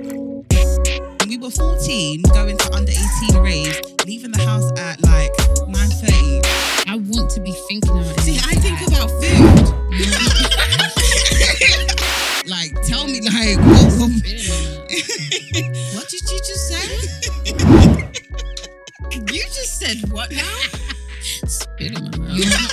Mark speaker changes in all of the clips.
Speaker 1: When we were 14, going to under 18 raves, leaving the house at like 9.30.
Speaker 2: I want to be thinking about
Speaker 1: See,
Speaker 2: it.
Speaker 1: I think about food. like, tell me, like, what, what,
Speaker 3: What did you just say? you just said what now?
Speaker 2: Spit in my mouth.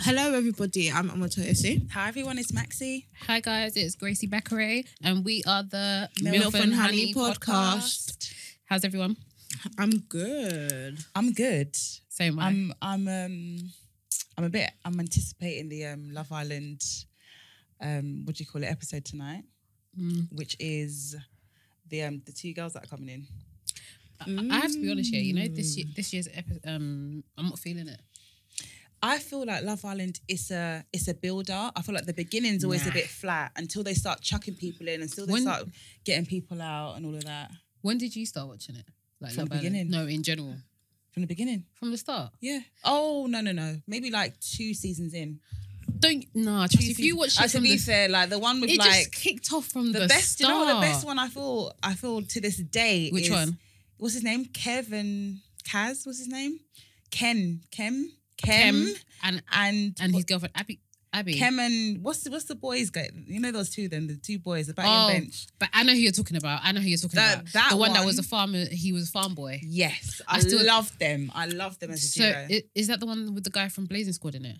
Speaker 3: Hello, everybody. I'm Amato Esse.
Speaker 1: Hi, everyone, it's Maxi.
Speaker 2: Hi guys, it's Gracie Beckeray, and we are the
Speaker 3: Milf and Honey podcast.
Speaker 2: How's everyone?
Speaker 3: I'm good.
Speaker 4: I'm good.
Speaker 2: So am I.
Speaker 4: I'm I'm um I'm a bit I'm anticipating the um Love Island um what do you call it episode tonight,
Speaker 2: Mm.
Speaker 4: which is the um the two girls that are coming in.
Speaker 2: I I have to be honest here. You know, this year, this year's episode, um, I'm not feeling it.
Speaker 4: I feel like Love Island is a it's a builder. I feel like the beginning's always
Speaker 2: Nah.
Speaker 4: a bit flat until they start chucking people in, until they
Speaker 2: When-
Speaker 4: start getting people out and all of that
Speaker 2: When did you start watching it? Like
Speaker 4: From
Speaker 2: Love
Speaker 4: the
Speaker 2: Island?
Speaker 4: beginning.
Speaker 2: No, in general,
Speaker 4: from the beginning.
Speaker 2: from the start.
Speaker 4: Yeah. Oh no no no. Maybe like two seasons in.
Speaker 2: Don't nah. Trust,
Speaker 4: Two
Speaker 2: if you
Speaker 4: seasons-
Speaker 2: watch
Speaker 4: Uh,
Speaker 2: it
Speaker 4: to
Speaker 2: from
Speaker 4: be
Speaker 2: the
Speaker 4: fair, like the one with
Speaker 2: it
Speaker 4: like
Speaker 2: just kicked off from
Speaker 4: the,
Speaker 2: the,
Speaker 4: best.
Speaker 2: Start.
Speaker 4: You know what the best one I feel I feel to this day.
Speaker 2: Which
Speaker 4: is-
Speaker 2: one?
Speaker 4: What's his name? Kevin Kaz. What's his name? Ken. Kem. Kem.
Speaker 2: and
Speaker 4: And
Speaker 2: and his girlfriend Abby. Abby.
Speaker 4: Kem and what's the, what's the boys guy? You know those two then the two boys the back
Speaker 2: Oh,
Speaker 4: end bench.
Speaker 2: but I know who you're talking about. I know who you're talking
Speaker 4: That-
Speaker 2: about.
Speaker 4: that
Speaker 2: the one, that
Speaker 4: one.
Speaker 2: was a farmer. He was a farm boy.
Speaker 4: Yes,
Speaker 2: I
Speaker 4: I,
Speaker 2: still-
Speaker 4: love them. I love them as a
Speaker 2: So
Speaker 4: duo.
Speaker 2: i- is that the one with the guy from Blazing Squad in it?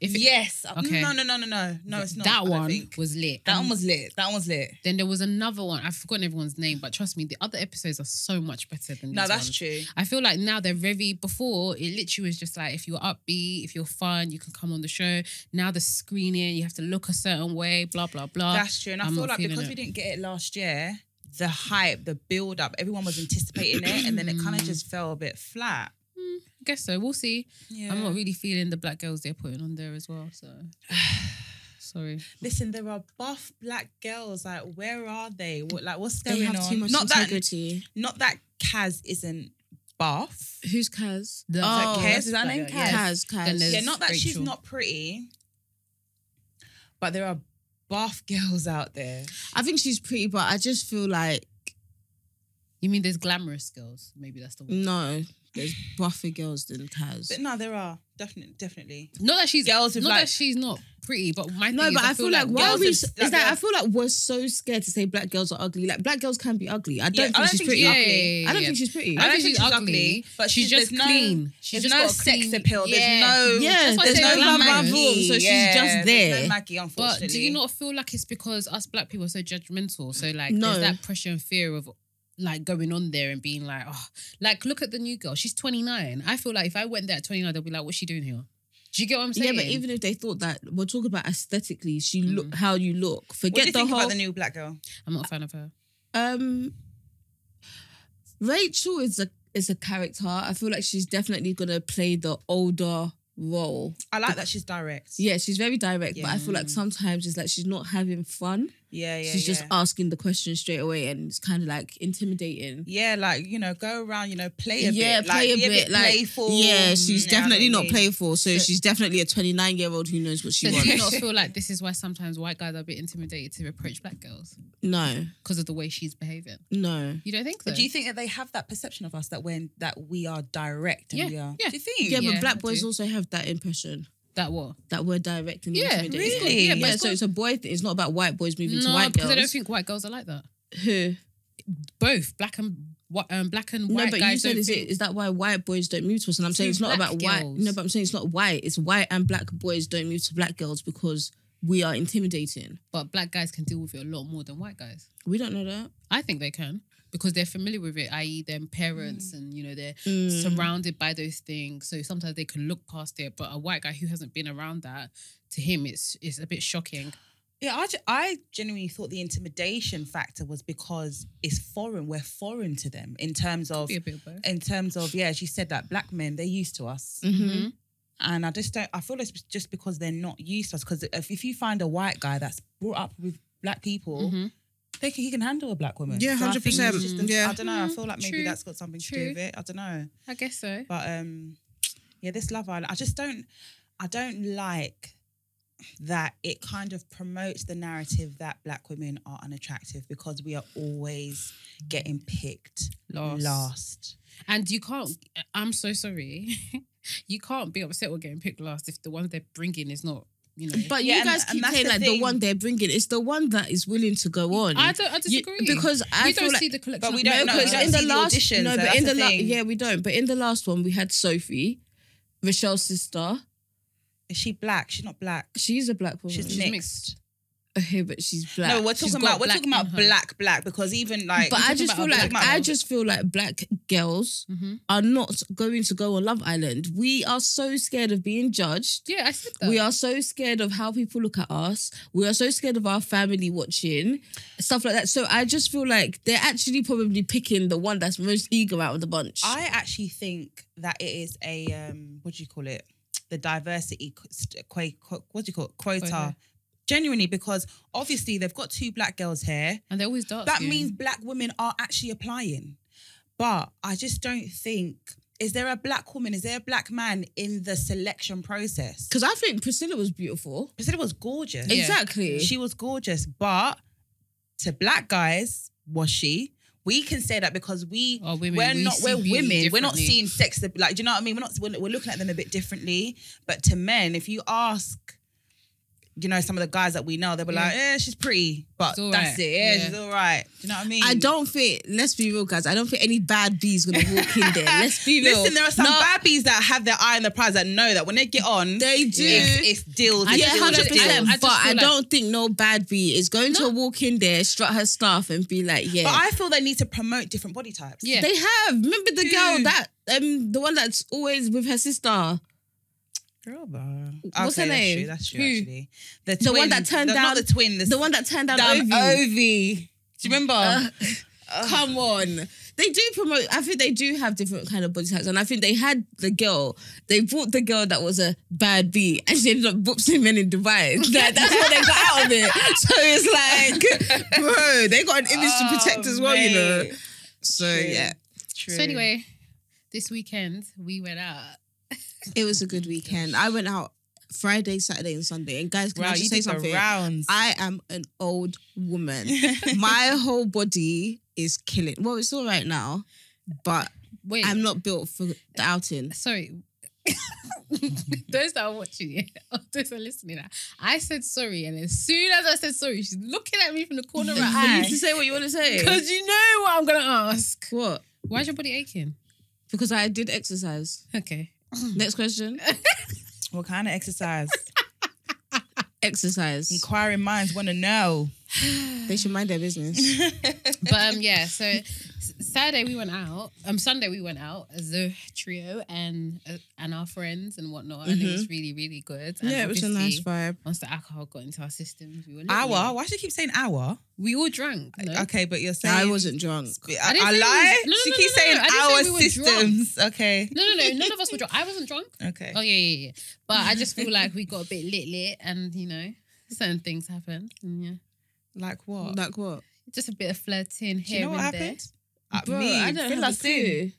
Speaker 2: If it-
Speaker 4: yes.
Speaker 2: okay.
Speaker 4: No, no, no, no, no, Oh, no. It's not I
Speaker 2: that
Speaker 4: don't
Speaker 2: one
Speaker 4: think.
Speaker 2: was lit.
Speaker 4: That
Speaker 2: And
Speaker 4: one was lit. That one was lit.
Speaker 2: Then there was another one. I've forgotten everyone's name, but trust me, the other episodes are so much better than.
Speaker 4: No,
Speaker 2: these
Speaker 4: that's
Speaker 2: ones.
Speaker 4: true.
Speaker 2: I feel like now they're very. Before it literally was just like if you're upbeat, if you're fun, you can come on the show. Now the screening, you have to look a certain way. Blah blah
Speaker 3: Uh,
Speaker 2: blah.
Speaker 4: That's true. And i
Speaker 2: I'm
Speaker 4: feel
Speaker 2: not
Speaker 4: like
Speaker 2: feeling
Speaker 4: because
Speaker 2: it.
Speaker 4: we didn't get it last year, the hype, the build up, everyone was anticipating it, and then it kind of just fell a bit flat.
Speaker 2: I guess so. We'll see.
Speaker 4: Yeah.
Speaker 2: I'm not really feeling the black girls they're putting on there as well. So sorry.
Speaker 4: Listen, there are buff black girls. Like, where are they? What, like, what's
Speaker 3: They
Speaker 4: going
Speaker 3: have
Speaker 4: on?
Speaker 3: too much
Speaker 4: not that,
Speaker 3: integrity.
Speaker 4: not that Kaz isn't buff.
Speaker 3: Who's Kaz?
Speaker 2: The-
Speaker 4: Oh,
Speaker 3: Kaz?
Speaker 4: Kaz? Is that name Kaz?
Speaker 2: yeah.
Speaker 3: Kaz, Kaz.
Speaker 2: Then there's-
Speaker 4: Yeah, not that she's
Speaker 2: Rachel.
Speaker 4: not pretty, but there are buff girls out there.
Speaker 3: I think she's pretty, but I just feel like
Speaker 2: You mean there's glamorous girls? Maybe that's the one.
Speaker 3: no, there's buffer girls than Kaz.
Speaker 4: But no, there are definitely, definitely.
Speaker 2: Not that she's
Speaker 4: Girls with
Speaker 2: Not
Speaker 4: like-
Speaker 2: that she's not pretty, but my
Speaker 3: No,
Speaker 2: thing
Speaker 3: but
Speaker 2: is
Speaker 3: I feel like, why are
Speaker 4: girls
Speaker 3: we?
Speaker 4: are-
Speaker 3: Is
Speaker 4: like,
Speaker 3: that I
Speaker 4: girls-
Speaker 3: feel like we're so scared to say black girls are ugly. Like black girls can be ugly. I don't
Speaker 4: Yeah,
Speaker 3: think
Speaker 4: I don't
Speaker 3: she's
Speaker 4: think
Speaker 3: pretty.
Speaker 4: she's
Speaker 2: Yeah, yeah, yeah,
Speaker 3: I don't
Speaker 2: yeah.
Speaker 3: think she's pretty.
Speaker 2: I
Speaker 4: I
Speaker 2: don't
Speaker 4: don't
Speaker 2: think she's
Speaker 4: she's
Speaker 2: ugly,
Speaker 4: ugly,
Speaker 2: but
Speaker 4: but
Speaker 2: she's,
Speaker 4: she's-
Speaker 2: just
Speaker 4: there's no-
Speaker 2: clean. she's
Speaker 4: There's
Speaker 2: just
Speaker 4: no
Speaker 2: got a
Speaker 4: sex
Speaker 2: clean-
Speaker 4: appeal. There's
Speaker 2: Yeah.
Speaker 4: no.
Speaker 3: Yeah,
Speaker 2: That's why I
Speaker 3: there's
Speaker 2: say
Speaker 3: no
Speaker 2: like
Speaker 3: Baba
Speaker 2: Maggie.
Speaker 3: Voo, so she's just
Speaker 4: There's
Speaker 3: there.
Speaker 4: no Maggie,
Speaker 2: But
Speaker 4: unfortunately.
Speaker 2: do you not feel like it's because us black people are so judgmental? So like
Speaker 3: No.
Speaker 2: there's that pressure and fear of like going on there and being like, oh, like look at the new girl. She's 29. I feel like if I went there at 29, they'll be like, what's she doing here? Do you get what I'm
Speaker 3: Yeah,
Speaker 2: saying?
Speaker 3: but even if they thought that we're talking about aesthetically, she look
Speaker 2: Mm.
Speaker 3: how you look.
Speaker 4: What do you
Speaker 3: Forget the
Speaker 4: think
Speaker 3: whole.
Speaker 4: about the new black girl?
Speaker 2: I'm not a fan of her.
Speaker 3: um, Rachel is a is a character. I feel like she's definitely gonna play the older role.
Speaker 4: I like that she's direct.
Speaker 3: Yeah, she's very direct, but I feel like
Speaker 2: Yeah.
Speaker 3: sometimes it's like she's not having fun.
Speaker 4: yeah, yeah.
Speaker 3: she's just
Speaker 4: yeah.
Speaker 3: asking the question straight away, and it's kind of like intimidating.
Speaker 4: Yeah, like you know, go around, you know, play a
Speaker 3: yeah,
Speaker 4: bit,
Speaker 3: play
Speaker 4: like, be
Speaker 3: a bit, like
Speaker 4: playful.
Speaker 3: yeah, she's
Speaker 4: Mm, yeah, I know
Speaker 3: definitely
Speaker 4: what
Speaker 3: not
Speaker 4: you mean.
Speaker 3: playful. So she's definitely a 29 year old who knows what she
Speaker 2: So do you
Speaker 3: wants.
Speaker 2: not feel like this is why sometimes white guys are a bit intimidated to approach black girls
Speaker 3: no,
Speaker 2: because of the way she's behaving?
Speaker 3: no.
Speaker 2: You don't think so?
Speaker 4: But do you think that they have that perception of us that when that we are direct and
Speaker 2: Yeah,
Speaker 4: we are?
Speaker 2: yeah.
Speaker 4: Do you think?
Speaker 3: Yeah,
Speaker 2: Yeah,
Speaker 3: but
Speaker 2: I
Speaker 3: black boys
Speaker 2: do.
Speaker 3: also have that impression
Speaker 2: that what?
Speaker 3: that we're direct and
Speaker 2: Yeah,
Speaker 3: intimidating.
Speaker 2: it's got-
Speaker 4: Really?
Speaker 2: Yeah, but
Speaker 3: Yeah,
Speaker 2: it's
Speaker 3: so
Speaker 2: got-
Speaker 3: it's a boy thing. It's not about white boys moving to
Speaker 2: no,
Speaker 3: white
Speaker 2: because
Speaker 3: girls.
Speaker 2: I don't think white girls are like that.
Speaker 3: Who?
Speaker 2: Both black and whi- um, black and
Speaker 3: No,
Speaker 2: white
Speaker 3: but you
Speaker 2: guys
Speaker 3: said
Speaker 2: don't
Speaker 3: is,
Speaker 2: think.
Speaker 3: it, is that why white boys don't move to us? And I'm
Speaker 2: To
Speaker 3: saying it's not
Speaker 2: black
Speaker 3: about white.
Speaker 2: girls.
Speaker 3: No, but I'm saying it's not white. It's white and black boys don't move to black girls because we are intimidating.
Speaker 2: But black guys can deal with it a lot more than white guys.
Speaker 3: We don't know that.
Speaker 2: I think they can because they're familiar with it, i.e., their parents and you know they're
Speaker 3: Mm.
Speaker 2: surrounded by those things. So sometimes they can look past it. But a white guy who hasn't been around that, to him, it's it's a bit shocking.
Speaker 4: Yeah, I, ge- I genuinely thought the intimidation factor was because it's foreign. We're foreign to them in terms of
Speaker 2: Be a bit of both.
Speaker 4: in terms of yeah. She said that black men they're used to us.
Speaker 3: Mhm.
Speaker 2: Mhm.
Speaker 4: And I just don't. I feel it's just because they're not used to us. Because if, if you find a white guy that's brought up with black people,
Speaker 2: Mhm.
Speaker 4: they can, he can handle a black woman.
Speaker 1: Yeah,
Speaker 4: So I think it's
Speaker 1: 100%.
Speaker 4: just the-
Speaker 1: Yeah.
Speaker 4: I don't know. I
Speaker 2: Mm,
Speaker 4: feel like maybe
Speaker 2: true,
Speaker 4: that's got something to
Speaker 2: true.
Speaker 4: do with it. I don't know.
Speaker 2: I guess so.
Speaker 4: But um, yeah, this Love Island, I just don't, I don't like that it kind of promotes the narrative that black women are unattractive because we are always getting picked
Speaker 2: Last.
Speaker 4: last.
Speaker 2: And you can't. I'm so sorry. you can't be upset with getting picked last if the ones they're bringing is not. You know.
Speaker 3: But
Speaker 4: Yeah,
Speaker 3: you
Speaker 4: and-
Speaker 3: guys
Speaker 4: and
Speaker 3: keep
Speaker 4: that's
Speaker 3: saying
Speaker 4: the
Speaker 3: like
Speaker 4: thing.
Speaker 3: the one they're bringing. It's the one that is willing to go on.
Speaker 2: I don't. I
Speaker 3: You-
Speaker 2: disagree
Speaker 3: because I
Speaker 2: we
Speaker 3: feel
Speaker 2: don't
Speaker 3: like,
Speaker 2: see the collection.
Speaker 4: But
Speaker 2: of
Speaker 4: we don't
Speaker 2: people.
Speaker 4: know. We
Speaker 3: because
Speaker 4: don't
Speaker 3: in the
Speaker 4: see the
Speaker 3: last
Speaker 4: auditions,
Speaker 3: no,
Speaker 4: so
Speaker 3: but
Speaker 4: that's
Speaker 3: in the
Speaker 4: the
Speaker 3: la-
Speaker 4: thing.
Speaker 3: yeah, we don't. But in the last one, we had Sophie, Rochelle's sister.
Speaker 4: Is she black? She's not black.
Speaker 3: She's a black woman.
Speaker 4: She's,
Speaker 2: She's
Speaker 4: mixed.
Speaker 2: mixed.
Speaker 3: okay, but she's black.
Speaker 4: No, we're
Speaker 2: She's
Speaker 4: talking
Speaker 2: got
Speaker 4: about we're
Speaker 2: black
Speaker 4: talking
Speaker 2: in
Speaker 4: about
Speaker 2: her.
Speaker 4: black, black because even like
Speaker 3: but I
Speaker 2: talking
Speaker 3: just
Speaker 2: about
Speaker 3: feel
Speaker 2: a
Speaker 3: like
Speaker 4: black
Speaker 3: I
Speaker 4: woman.
Speaker 3: just feel like black girls
Speaker 2: hmm
Speaker 3: are not going to go on Love Island. We are so scared of being judged.
Speaker 2: Yeah, I said that.
Speaker 3: We are so scared of how people look at us. We are so scared of our family watching, stuff like that. So I just feel like they're actually probably picking the one that's most eager out of the bunch.
Speaker 4: I actually think that it is a um, what do you call it? The diversity qu- st- qua- qu- what do you call it? quota.
Speaker 2: Quota.
Speaker 4: Genuinely, because obviously they've got two black girls here.
Speaker 2: and they're always dark.
Speaker 4: That
Speaker 2: skin.
Speaker 4: means black women are actually applying. But I just don't think is there a black woman? Is there a black man in the selection process?
Speaker 3: Because I think Priscilla was beautiful.
Speaker 4: Priscilla was gorgeous.
Speaker 2: Yeah.
Speaker 3: Exactly.
Speaker 4: She was gorgeous, but to black guys, was she? We can say that because we
Speaker 2: Or Oh, women,
Speaker 4: we're
Speaker 2: we
Speaker 4: not
Speaker 2: see
Speaker 4: we're
Speaker 2: beauty
Speaker 4: women. We're not
Speaker 2: differently.
Speaker 4: seeing sex like do you know what I mean? We're not we're, we're looking at them a bit differently. But to men, if you ask, you know, some of the guys that we know, they'll be
Speaker 2: Yeah.
Speaker 4: like, yeah, she's pretty, but
Speaker 2: She's all
Speaker 4: that's
Speaker 2: right.
Speaker 4: it. Yeah,
Speaker 2: Yeah.
Speaker 4: she's all right. Do you know what I mean?
Speaker 3: I don't think, let's be real, guys. I don't think any bad bees gonna walk in there. Let's be real.
Speaker 4: Listen, there are some
Speaker 3: No,
Speaker 4: babbies that have their eye on the prize that know that when they get on,
Speaker 3: They do.
Speaker 4: It's, it's deals.
Speaker 2: I
Speaker 4: it's
Speaker 3: yeah,
Speaker 2: just
Speaker 4: deals,
Speaker 2: feel
Speaker 3: hundred
Speaker 4: it's
Speaker 2: like-
Speaker 3: percent.
Speaker 4: deals.
Speaker 2: I just
Speaker 3: But I
Speaker 2: feel like-
Speaker 3: don't think no bad bee is going
Speaker 2: No.
Speaker 3: to walk in there, strut her stuff, and be like, "Yeah,
Speaker 4: But I feel they need to promote different body types.
Speaker 2: Yeah.
Speaker 3: they have." Remember the girl
Speaker 4: Dude.
Speaker 3: that, um, the one that's always with her sister,
Speaker 4: Girl, bro.
Speaker 3: What's her name?
Speaker 4: That's true.
Speaker 3: Who?
Speaker 4: That's true. Actually, the,
Speaker 3: The one
Speaker 4: twin-
Speaker 3: that turned
Speaker 4: the,
Speaker 3: down-
Speaker 4: Not the twin. The,
Speaker 3: the one that turned down
Speaker 4: damn
Speaker 3: Ovi.
Speaker 4: Ovi. Do you remember?
Speaker 3: oh, Uh, Come on, they do promote. I think they do have different kind of body types, and I think they had the girl. They bought the girl that was a bad bee, and she ended up boopsing men in Dubai. That, that's what they got out of it. So it's like, bro, they got an image to protect as well, you know. So yeah,
Speaker 4: oh, True.
Speaker 2: So anyway, this weekend we went out.
Speaker 3: it was a good weekend. I went out Friday, Saturday, and Sunday. And guys, can
Speaker 4: wow,
Speaker 3: I
Speaker 4: you
Speaker 3: just say
Speaker 4: did the
Speaker 3: something?
Speaker 4: rounds.
Speaker 3: I am an old woman. My whole body is killing. Well, it's all right now, but
Speaker 2: Wait,
Speaker 3: I'm not built for the outing.
Speaker 2: sorry. those that are watching it, or those that are listening, I said sorry, and as soon as I said sorry, she's looking at me from the corner of her
Speaker 3: You need
Speaker 2: eye
Speaker 3: to say what you want to say.
Speaker 2: because you know what I'm gonna ask.
Speaker 3: What?
Speaker 2: Why's your body aching?
Speaker 3: Because I did exercise.
Speaker 2: Okay,
Speaker 4: Oh.
Speaker 3: Next question.
Speaker 4: what kind of exercise?
Speaker 3: Exercise.
Speaker 4: Inquiring minds want to know.
Speaker 3: They should mind their business.
Speaker 2: but um, yeah. So s- Saturday we went out. Um, Sunday we went out as a trio and uh, and our friends and whatnot, and it was
Speaker 3: Mm-hmm.
Speaker 2: really really good. And obviously,
Speaker 3: vibe. Ah,
Speaker 2: Once the alcohol got into our systems, we were
Speaker 4: Hour?
Speaker 2: lovely.
Speaker 4: Why should you keep saying hour?
Speaker 2: We all drank. No?
Speaker 4: Okay, but you're saying
Speaker 3: I wasn't drunk.
Speaker 4: I,
Speaker 2: I didn't say we
Speaker 4: lie.
Speaker 2: was- no, no,
Speaker 4: she
Speaker 2: no,
Speaker 4: keeps
Speaker 2: no, no,
Speaker 4: saying
Speaker 2: I didn't say
Speaker 4: our
Speaker 2: we were
Speaker 4: systems. Okay.
Speaker 2: No, no, no. None of us were drunk. I wasn't drunk.
Speaker 4: Okay.
Speaker 2: Oh yeah, yeah, yeah. But I just feel like we got a bit lit, lit, and you know, certain things happened. And, yeah,
Speaker 4: Like what?
Speaker 3: Like what?
Speaker 2: just a bit of flirting
Speaker 4: Do
Speaker 2: here
Speaker 4: you know what
Speaker 2: and
Speaker 4: happened?
Speaker 2: there.
Speaker 4: Uh,
Speaker 3: Bro,
Speaker 4: me,
Speaker 3: I don't
Speaker 4: fill
Speaker 3: have a
Speaker 4: us in.
Speaker 3: clue.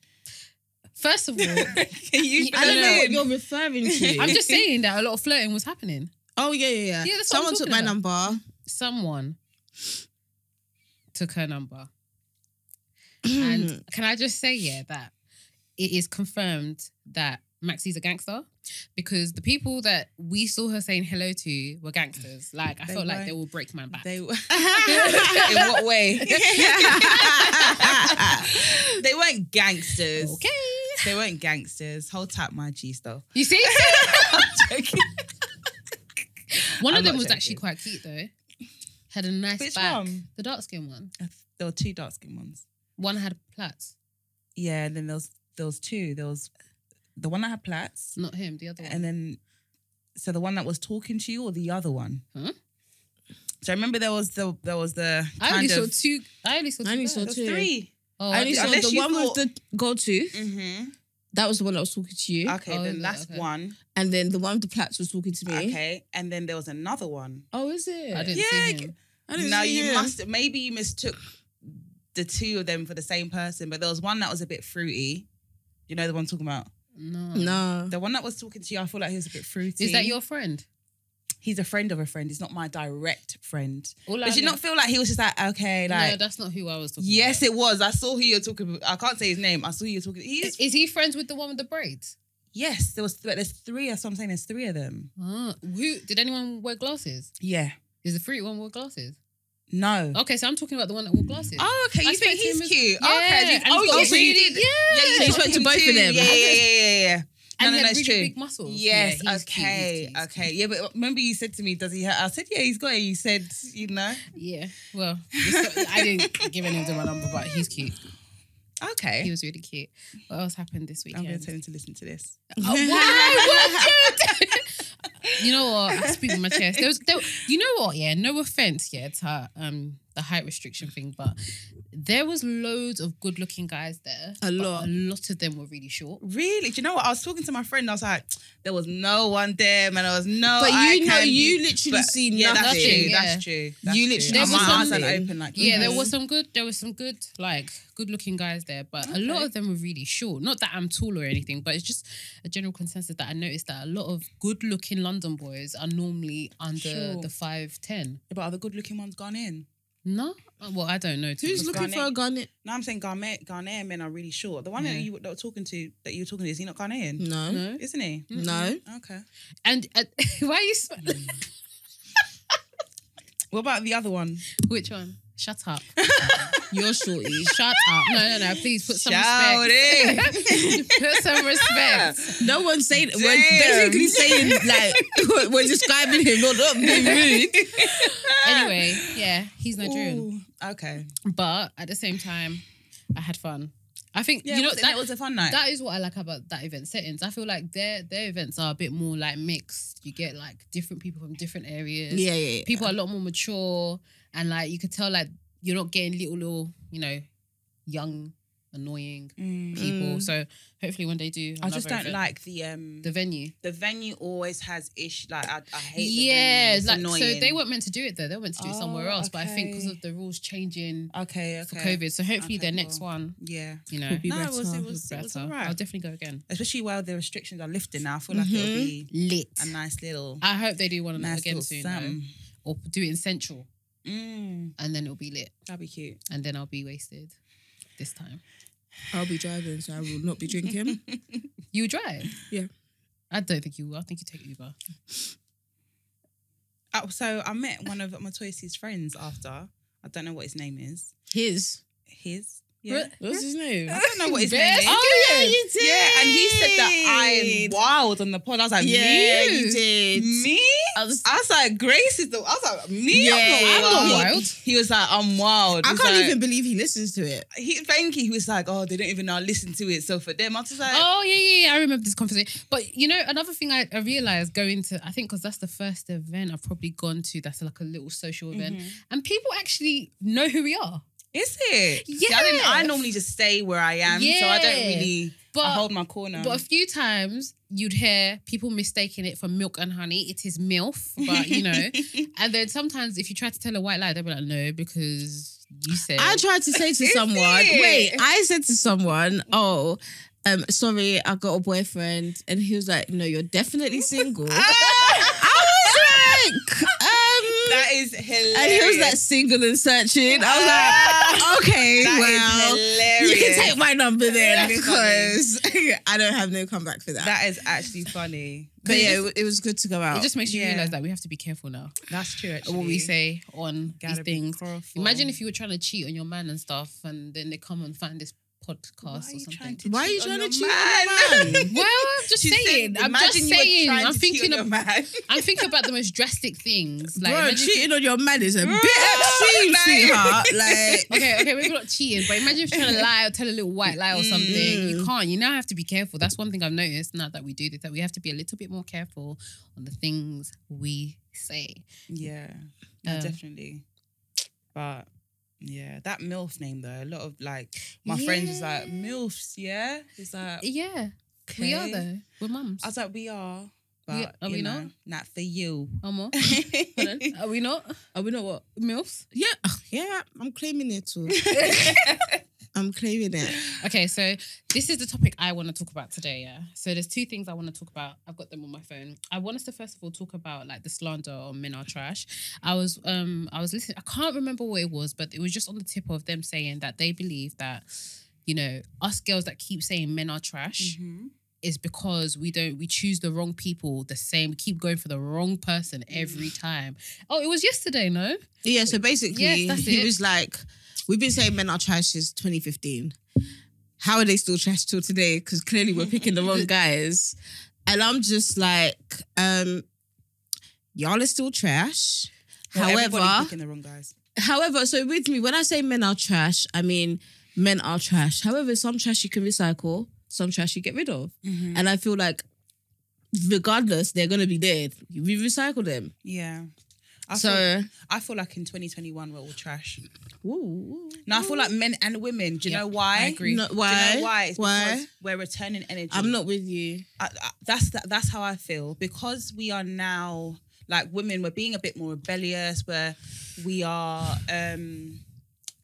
Speaker 2: First of all,
Speaker 4: Can you fill
Speaker 2: I
Speaker 3: I
Speaker 4: us
Speaker 2: don't
Speaker 3: don't know
Speaker 2: know.
Speaker 3: what
Speaker 4: in?
Speaker 3: you're referring to.
Speaker 2: I'm just saying that a lot of flirting was happening.
Speaker 3: Oh yeah, yeah, yeah.
Speaker 2: Yeah, that's what I'm
Speaker 3: Someone took
Speaker 2: talking
Speaker 3: my
Speaker 2: about.
Speaker 3: number.
Speaker 2: Someone took her number,
Speaker 4: Hmm.
Speaker 2: and can I just say yeah that it is confirmed that Maxie's a gangster because the people that we saw her saying hello to were gangsters. Like I
Speaker 4: They
Speaker 2: felt like
Speaker 4: were.
Speaker 2: they will break my back.
Speaker 4: They were in what way? they weren't gangsters.
Speaker 2: okay,
Speaker 4: They weren't gangsters. Hold tight, my G stuff.
Speaker 2: you see.
Speaker 4: Joking.
Speaker 2: One
Speaker 4: I'm
Speaker 2: of them
Speaker 4: not
Speaker 2: was
Speaker 4: joking.
Speaker 2: actually quite cute though. Had a nice
Speaker 4: Which
Speaker 2: back.
Speaker 4: one?
Speaker 2: The dark skin one.
Speaker 4: There were two dark skinned ones.
Speaker 2: One had plaits.
Speaker 4: Yeah, and then there was there was two. There was the one that had plats,
Speaker 2: Not him, the other one.
Speaker 4: and then so the one that was talking to you, or the other one.
Speaker 2: Huh?
Speaker 4: So I remember there was the there was the
Speaker 2: I only
Speaker 4: kind
Speaker 2: saw
Speaker 4: of
Speaker 2: two. I only saw two.
Speaker 3: I only
Speaker 2: girls.
Speaker 3: saw
Speaker 4: there was
Speaker 3: two.
Speaker 4: three.
Speaker 2: Oh,
Speaker 3: I only
Speaker 2: did-
Speaker 3: saw
Speaker 4: Unless
Speaker 3: the
Speaker 4: you
Speaker 3: one
Speaker 4: thought-
Speaker 3: with the go to.
Speaker 4: Mm-hmm.
Speaker 3: That was the one that was talking to you.
Speaker 4: Okay,
Speaker 2: Oh,
Speaker 4: then
Speaker 2: is it?
Speaker 4: that's
Speaker 2: Okay.
Speaker 4: one.
Speaker 3: And then the one with the plaits was talking to me.
Speaker 4: Okay, and then there was another one.
Speaker 3: Oh, is it?
Speaker 2: I didn't
Speaker 4: Yeah,
Speaker 2: see him.
Speaker 3: I didn't
Speaker 4: no,
Speaker 3: see
Speaker 4: you
Speaker 3: him.
Speaker 4: must. Maybe you mistook the two of them for the same person, but there was one that was a bit fruity. You know the one I'm talking about.
Speaker 2: No.
Speaker 3: No.
Speaker 4: The one that was talking to you, I feel like he was a bit fruity.
Speaker 2: Is that your friend?
Speaker 4: He's a friend of a friend. He's not my direct friend.
Speaker 2: All I
Speaker 4: Did you
Speaker 2: know-
Speaker 4: not feel like he was just like okay,
Speaker 2: no,
Speaker 4: like
Speaker 2: that's not who I was talking
Speaker 4: yes,
Speaker 2: about.
Speaker 4: it was. I saw who you're talking. I can't say his name. I saw who you're talking. He is.
Speaker 2: Is he friends with the one with the braids?
Speaker 4: Yes, there was. There's three. That's what I'm saying. There's three of them.
Speaker 2: Ah, who did anyone wear glasses?
Speaker 4: Yeah.
Speaker 2: Is the fruit one wore glasses?
Speaker 4: No.
Speaker 2: Okay, so I'm talking about the one that wore glasses.
Speaker 4: Oh, okay. You
Speaker 2: I spoke
Speaker 4: think
Speaker 2: to
Speaker 4: he's
Speaker 2: him as-
Speaker 4: cute?
Speaker 2: Yeah,
Speaker 4: Okay.
Speaker 2: and he's got
Speaker 4: oh, so you
Speaker 2: really-
Speaker 4: did.
Speaker 2: Yeah.
Speaker 4: Yeah, you
Speaker 3: So
Speaker 4: spoke to both of them. Yeah, yeah, yeah, yeah, yeah.
Speaker 2: And
Speaker 4: no,
Speaker 2: he
Speaker 4: no,
Speaker 2: had
Speaker 4: it's
Speaker 2: really
Speaker 4: true.
Speaker 2: big muscles.
Speaker 4: Yes.
Speaker 2: Yeah, he's cute, he's
Speaker 4: okay.
Speaker 2: cute, he's
Speaker 4: okay. Yeah, but remember you said to me, "Does he have?" I said, "Yeah, he's got it." You said, "You know."
Speaker 2: cute. Yeah. Well, it's not- I didn't give any of them my number, but he's cute. He
Speaker 4: Okay.
Speaker 2: was really cute. What else happened this
Speaker 4: I'm going to
Speaker 2: weekend?
Speaker 4: tell him to listen to this.
Speaker 2: Oh, why would you? do- you know what? I speak with my chest. There was, there, you know what? Yeah, no offense, yeah, to um the height restriction thing, but there was loads of good-looking guys there.
Speaker 3: A
Speaker 2: but
Speaker 3: lot.
Speaker 2: A lot of them were really short.
Speaker 4: Really? Do you know what? I was talking to my friend. I was like, there was no one there, man. There was no.
Speaker 3: But
Speaker 4: eye
Speaker 3: you know,
Speaker 4: candy.
Speaker 3: you literally
Speaker 4: But-
Speaker 3: see
Speaker 4: yeah,
Speaker 3: nothing.
Speaker 4: That's true.
Speaker 2: Nothing, yeah.
Speaker 4: That's true. That's
Speaker 3: You
Speaker 4: true.
Speaker 3: literally
Speaker 4: And
Speaker 2: see
Speaker 4: my eyes
Speaker 2: something.
Speaker 4: are open like.
Speaker 2: Yeah, there
Speaker 4: this.
Speaker 2: was some good. There was some good, like good-looking guys there, but a lot
Speaker 4: Okay.
Speaker 2: of them were really short. Not that I'm tall or anything, but it's just a general consensus that I noticed that a lot of good-looking London boys are normally under
Speaker 4: Sure.
Speaker 2: the five ten.
Speaker 4: But are the good-looking ones gone in?
Speaker 2: No, Uh, well, I don't know. to
Speaker 3: Who's
Speaker 2: be
Speaker 3: looking for a garnet?
Speaker 4: No, I'm saying Ghanaian, Ghanaian men are really short. The one
Speaker 2: Yeah.
Speaker 4: that you that were talking to, that you were talking to, is he not Ghanaian?
Speaker 3: No.
Speaker 2: fair. No,
Speaker 4: Isn't he?
Speaker 3: No.
Speaker 4: Okay.
Speaker 2: And uh, why are you
Speaker 4: Mm.
Speaker 2: smiling?
Speaker 4: What about the other one?
Speaker 2: Which one? Shut up.
Speaker 3: You're shorty.
Speaker 2: Shut up. No, no, no. Please put some
Speaker 4: Shout
Speaker 2: respect. put some respect.
Speaker 3: No one's saying. We're
Speaker 4: Damn.
Speaker 3: basically saying like we're- we're describing him, not not being rude.
Speaker 2: Anyway, yeah, he's Nigerian.
Speaker 4: Ooh, okay.
Speaker 2: But at the same time, I had fun. I think,
Speaker 4: Yeah,
Speaker 2: you know,
Speaker 4: was it-
Speaker 2: that,
Speaker 4: that was a fun night.
Speaker 2: that is what I like about that event settings. I feel like their their events are a bit more like mixed. You get like different people from different areas.
Speaker 3: Yeah, yeah. yeah.
Speaker 2: people are a lot more mature and like you could tell like you're not getting little little you know young annoying
Speaker 4: Mm.
Speaker 2: people
Speaker 3: Mm.
Speaker 2: so hopefully when they do
Speaker 4: I just
Speaker 2: another
Speaker 4: don't
Speaker 2: event-
Speaker 4: like the um
Speaker 2: the
Speaker 4: the,
Speaker 2: venue
Speaker 4: venue always has ish like I, I hate. The
Speaker 2: yeah
Speaker 4: venue. It's
Speaker 2: like
Speaker 4: annoying.
Speaker 2: so they weren't meant to do it there they were meant to do it somewhere
Speaker 4: Oh,
Speaker 2: else but I think because
Speaker 4: okay.
Speaker 2: of the rules changing
Speaker 4: okay okay
Speaker 2: for COVID so hopefully
Speaker 4: Okay,
Speaker 2: their next
Speaker 4: cool.
Speaker 2: one
Speaker 4: Yeah,
Speaker 2: you know
Speaker 3: Will be
Speaker 4: no, it
Speaker 3: better.
Speaker 4: was it
Speaker 2: will
Speaker 4: was,
Speaker 2: be
Speaker 4: it was
Speaker 2: better.
Speaker 4: alright.
Speaker 2: I'll definitely go again
Speaker 4: Especially while the restrictions are lifting now, I feel like it'll
Speaker 3: Mhm.
Speaker 4: be
Speaker 2: lit
Speaker 4: a nice little
Speaker 2: Mm-hmm. I hope they do one
Speaker 4: nice
Speaker 2: again
Speaker 4: little
Speaker 2: soon though.
Speaker 4: something.
Speaker 2: or do it in Central
Speaker 4: Mm,
Speaker 2: and then it'll be lit
Speaker 4: that'd be cute.
Speaker 2: and then I'll be wasted this time
Speaker 3: I'll be driving, so I will not be drinking.
Speaker 2: You drive?
Speaker 3: Yeah.
Speaker 2: I don't think you will. I think you take Uber.
Speaker 4: Oh, so I met one of Matoisi's friends after. I don't know what his name is.
Speaker 3: His.
Speaker 4: His.
Speaker 2: Really?
Speaker 3: What's his name?
Speaker 4: I don't know what his name is.
Speaker 2: Oh, yeah, you
Speaker 4: Yeah, and he said that I'm wild on the pod. I was like,
Speaker 3: Yeah,
Speaker 4: me?
Speaker 3: you did.
Speaker 4: Me?
Speaker 3: I was.
Speaker 4: I was like, Grace is the. I was like, me?
Speaker 3: Yeah,
Speaker 4: I'm not wild.
Speaker 2: I'm not wild.
Speaker 4: He was like, I'm wild.
Speaker 3: I
Speaker 4: He's
Speaker 3: can't
Speaker 4: like-
Speaker 3: even believe he listens to it.
Speaker 4: He, thank you. He was like, oh, they don't even know I listen to it. So for them, I was like,
Speaker 2: Oh yeah, yeah, yeah. I remember this conversation. But you know, another thing I, I realized going to, I think, because that's the first event I've probably gone to. That's like a little social event, and people actually know who we are.
Speaker 4: mm-hmm. is it?
Speaker 2: Yeah.
Speaker 4: See, I, didn't, I normally just stay where I am. So I
Speaker 2: Yeah.
Speaker 4: don't really I
Speaker 2: But
Speaker 4: hold my corner.
Speaker 2: but a few times you'd hear people mistaking it for milk and honey. It is milf, but you know. and then sometimes if you try to tell a white lie, they'll be like, no, because you said.
Speaker 3: I tried to say to
Speaker 4: Is
Speaker 3: someone,
Speaker 4: it?
Speaker 3: wait, I said to someone, oh, um, sorry, I got a boyfriend. And he was like, no, you're definitely single. I was like, um,
Speaker 4: that is hilarious. Ah,
Speaker 3: and he was like, single and searching. I was like, okay,
Speaker 4: that
Speaker 3: well,
Speaker 4: is
Speaker 3: you
Speaker 4: hilarious.
Speaker 3: can take my number then
Speaker 4: That is
Speaker 3: because I don't have no comeback for that.
Speaker 4: That is actually funny.
Speaker 3: but yeah, it, it was good to go out.
Speaker 2: It just makes you
Speaker 4: Yeah.
Speaker 2: realize that we have to be careful now.
Speaker 4: That's true. Actually.
Speaker 2: What we say on
Speaker 4: Gotta be
Speaker 2: these things.
Speaker 4: careful.
Speaker 2: Imagine if you were trying to cheat on your man and stuff, and then they come and find this podcast
Speaker 4: Why
Speaker 2: or
Speaker 4: are you
Speaker 2: something.
Speaker 4: trying to
Speaker 3: Why are you
Speaker 4: cheat on
Speaker 3: trying to
Speaker 4: your
Speaker 3: cheat
Speaker 4: man?
Speaker 3: on your man?
Speaker 2: well, I'm just
Speaker 4: She said,
Speaker 2: saying. I'm
Speaker 4: imagine
Speaker 2: just
Speaker 4: you were
Speaker 2: saying.
Speaker 4: trying
Speaker 2: I'm
Speaker 4: to cheat on
Speaker 2: thinking.
Speaker 4: your
Speaker 2: Of,
Speaker 4: man.
Speaker 2: I'm thinking about the most drastic things. Like,
Speaker 3: Bro,
Speaker 2: imagine-
Speaker 3: cheating on your man is a bit
Speaker 4: no.
Speaker 3: extreme, sweetheart. Like,
Speaker 2: okay, okay, maybe not cheating, but imagine if you're trying to lie or tell a little white lie
Speaker 3: Mm.
Speaker 2: or something. You can't. You now have to be careful. That's one thing I've noticed now that we do this. That we have to be a little bit more careful on the things we say.
Speaker 4: Yeah, no,
Speaker 2: Um,
Speaker 4: definitely. But yeah, that MILF name though, a lot of like my friends was like
Speaker 2: Yeah.
Speaker 4: MILFs, yeah. It's like
Speaker 2: Yeah, we are
Speaker 4: okay.
Speaker 2: though. We're mums.
Speaker 4: I was like, we are.
Speaker 2: We-
Speaker 4: But
Speaker 2: are
Speaker 4: you
Speaker 2: we
Speaker 4: know,
Speaker 2: not?
Speaker 4: not for you.
Speaker 2: Omo. Pardon?
Speaker 4: yeah,
Speaker 2: Are we not?
Speaker 3: Are we not what?
Speaker 2: MILFs?
Speaker 3: Yeah, yeah. I'm claiming it too. I'm claiming it.
Speaker 2: Okay, so this is the topic I want to talk about today, yeah. So there's two things I want to talk about. I've got them on my phone. I want us to first of all talk about like the slander on men are trash. I was um I was listening I can't remember what it was, but it was just on the tip of them saying that they believe that, you know, us girls that keep saying men are trash
Speaker 4: Mm-hmm.
Speaker 2: is because we don't we choose the wrong people the same, we keep going for the wrong person every time. Oh, it was yesterday, no?
Speaker 3: Yeah, so basically,
Speaker 2: Yes, that's
Speaker 3: he
Speaker 2: it.
Speaker 3: was like, We've been saying men are trash since 2015. How are they still trash till today? Because clearly we're picking the wrong guys. And I'm just like, um, Y'all are still trash.
Speaker 4: Well, everybody's
Speaker 3: however,
Speaker 4: picking the wrong guys.
Speaker 3: however, so with me, when I say men are trash, I mean men are trash. However, some trash you can recycle, some trash you get rid of. And I feel like, regardless, they're going to be there. We recycle them.
Speaker 4: Yeah. I feel,
Speaker 3: so,
Speaker 4: I feel like in 2021 we're all trash.
Speaker 3: Ooh.
Speaker 4: No, I feel like men and women. Do you
Speaker 2: Yeah,
Speaker 4: know why?
Speaker 2: I agree.
Speaker 3: No,
Speaker 4: Do
Speaker 3: why?
Speaker 4: you know why? It's
Speaker 3: why?
Speaker 4: because we're returning energy.
Speaker 3: I'm not with you.
Speaker 4: I, I, that's that, that's how I feel because we are now like women. We're being a bit more rebellious. Where we are. um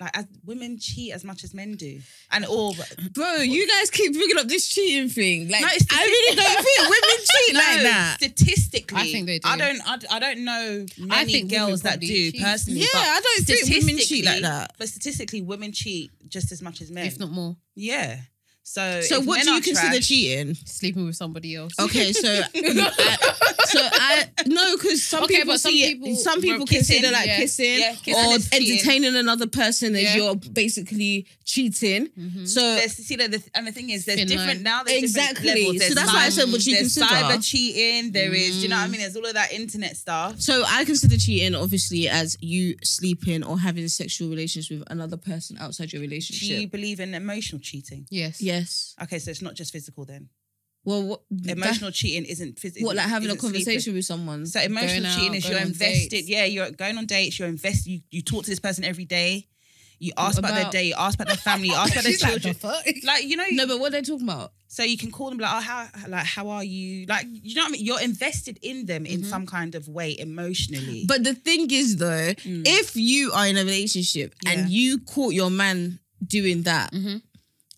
Speaker 4: like as women cheat as much as men do, and all
Speaker 3: Bro, you guys keep bringing up this cheating thing. Like,
Speaker 4: No, it's
Speaker 3: I really don't think women cheat like that.
Speaker 4: Statistically,
Speaker 2: I think they do.
Speaker 4: I don't. I, I don't know many
Speaker 2: I think women
Speaker 4: girls that do
Speaker 2: probably cheat.
Speaker 4: personally.
Speaker 3: Yeah,
Speaker 4: but
Speaker 3: I don't think women cheat like that.
Speaker 4: But statistically, women cheat just as much as men.
Speaker 2: If not more,
Speaker 4: yeah. So,
Speaker 3: So,
Speaker 4: if
Speaker 3: what
Speaker 4: men
Speaker 3: do
Speaker 4: are
Speaker 3: you consider
Speaker 4: trash-
Speaker 3: cheating?
Speaker 2: sleeping with somebody else.
Speaker 3: Okay, so I, so I no, because some
Speaker 2: Okay,
Speaker 3: people
Speaker 2: but some
Speaker 3: see
Speaker 2: people-
Speaker 3: it. Some people
Speaker 4: kissing,
Speaker 3: consider like
Speaker 2: yeah.
Speaker 3: kissing,
Speaker 4: Yeah, kissing
Speaker 3: or
Speaker 4: is cheating.
Speaker 3: entertaining another person as
Speaker 2: Yeah.
Speaker 3: you're basically cheating.
Speaker 4: Mm-hmm.
Speaker 2: Mhm.
Speaker 3: So
Speaker 4: There's, see, the, the, and the thing is, there's
Speaker 2: Thin
Speaker 4: different
Speaker 2: line.
Speaker 4: now. There's
Speaker 3: Uh, Exactly.
Speaker 4: Different levels.
Speaker 3: So
Speaker 4: There's
Speaker 3: that's why I said,
Speaker 4: cyber-
Speaker 3: would you
Speaker 4: there's
Speaker 3: consider? Mm.
Speaker 4: cyber cheating? There is. Do you know what I mean? There's all of that internet stuff.
Speaker 3: So I consider cheating obviously as you sleeping or having sexual relations with another person outside your
Speaker 4: Do you
Speaker 3: relationship.
Speaker 4: believe in emotional cheating?
Speaker 2: Yes.
Speaker 3: Yes.
Speaker 4: Okay, so it's not just physical then.
Speaker 3: Well, what,
Speaker 4: Emotional cheating isn't
Speaker 3: that-
Speaker 4: physical.
Speaker 3: what like having a conversation with someone?
Speaker 4: So emotional
Speaker 2: out,
Speaker 4: cheating is
Speaker 2: going
Speaker 4: you're
Speaker 2: on
Speaker 4: invested.
Speaker 2: dates.
Speaker 4: Yeah, you're going on dates. You're invested. You, you talk to this person every day. You ask about,
Speaker 3: about- "Oh,
Speaker 4: their day. You ask about their family. You ask about their
Speaker 2: She's like,
Speaker 4: children.
Speaker 2: "The fuck?"
Speaker 4: Like you know,
Speaker 3: no, but what they're talking about?
Speaker 4: so you can call them like, oh, how, like, how are you? Like, you know what I mean? You're invested in them in
Speaker 3: Mm-hmm.
Speaker 4: some kind of way emotionally.
Speaker 3: But the thing is, though, if you are in a relationship
Speaker 4: Yeah.
Speaker 3: and you caught your man doing that,
Speaker 2: Mhm.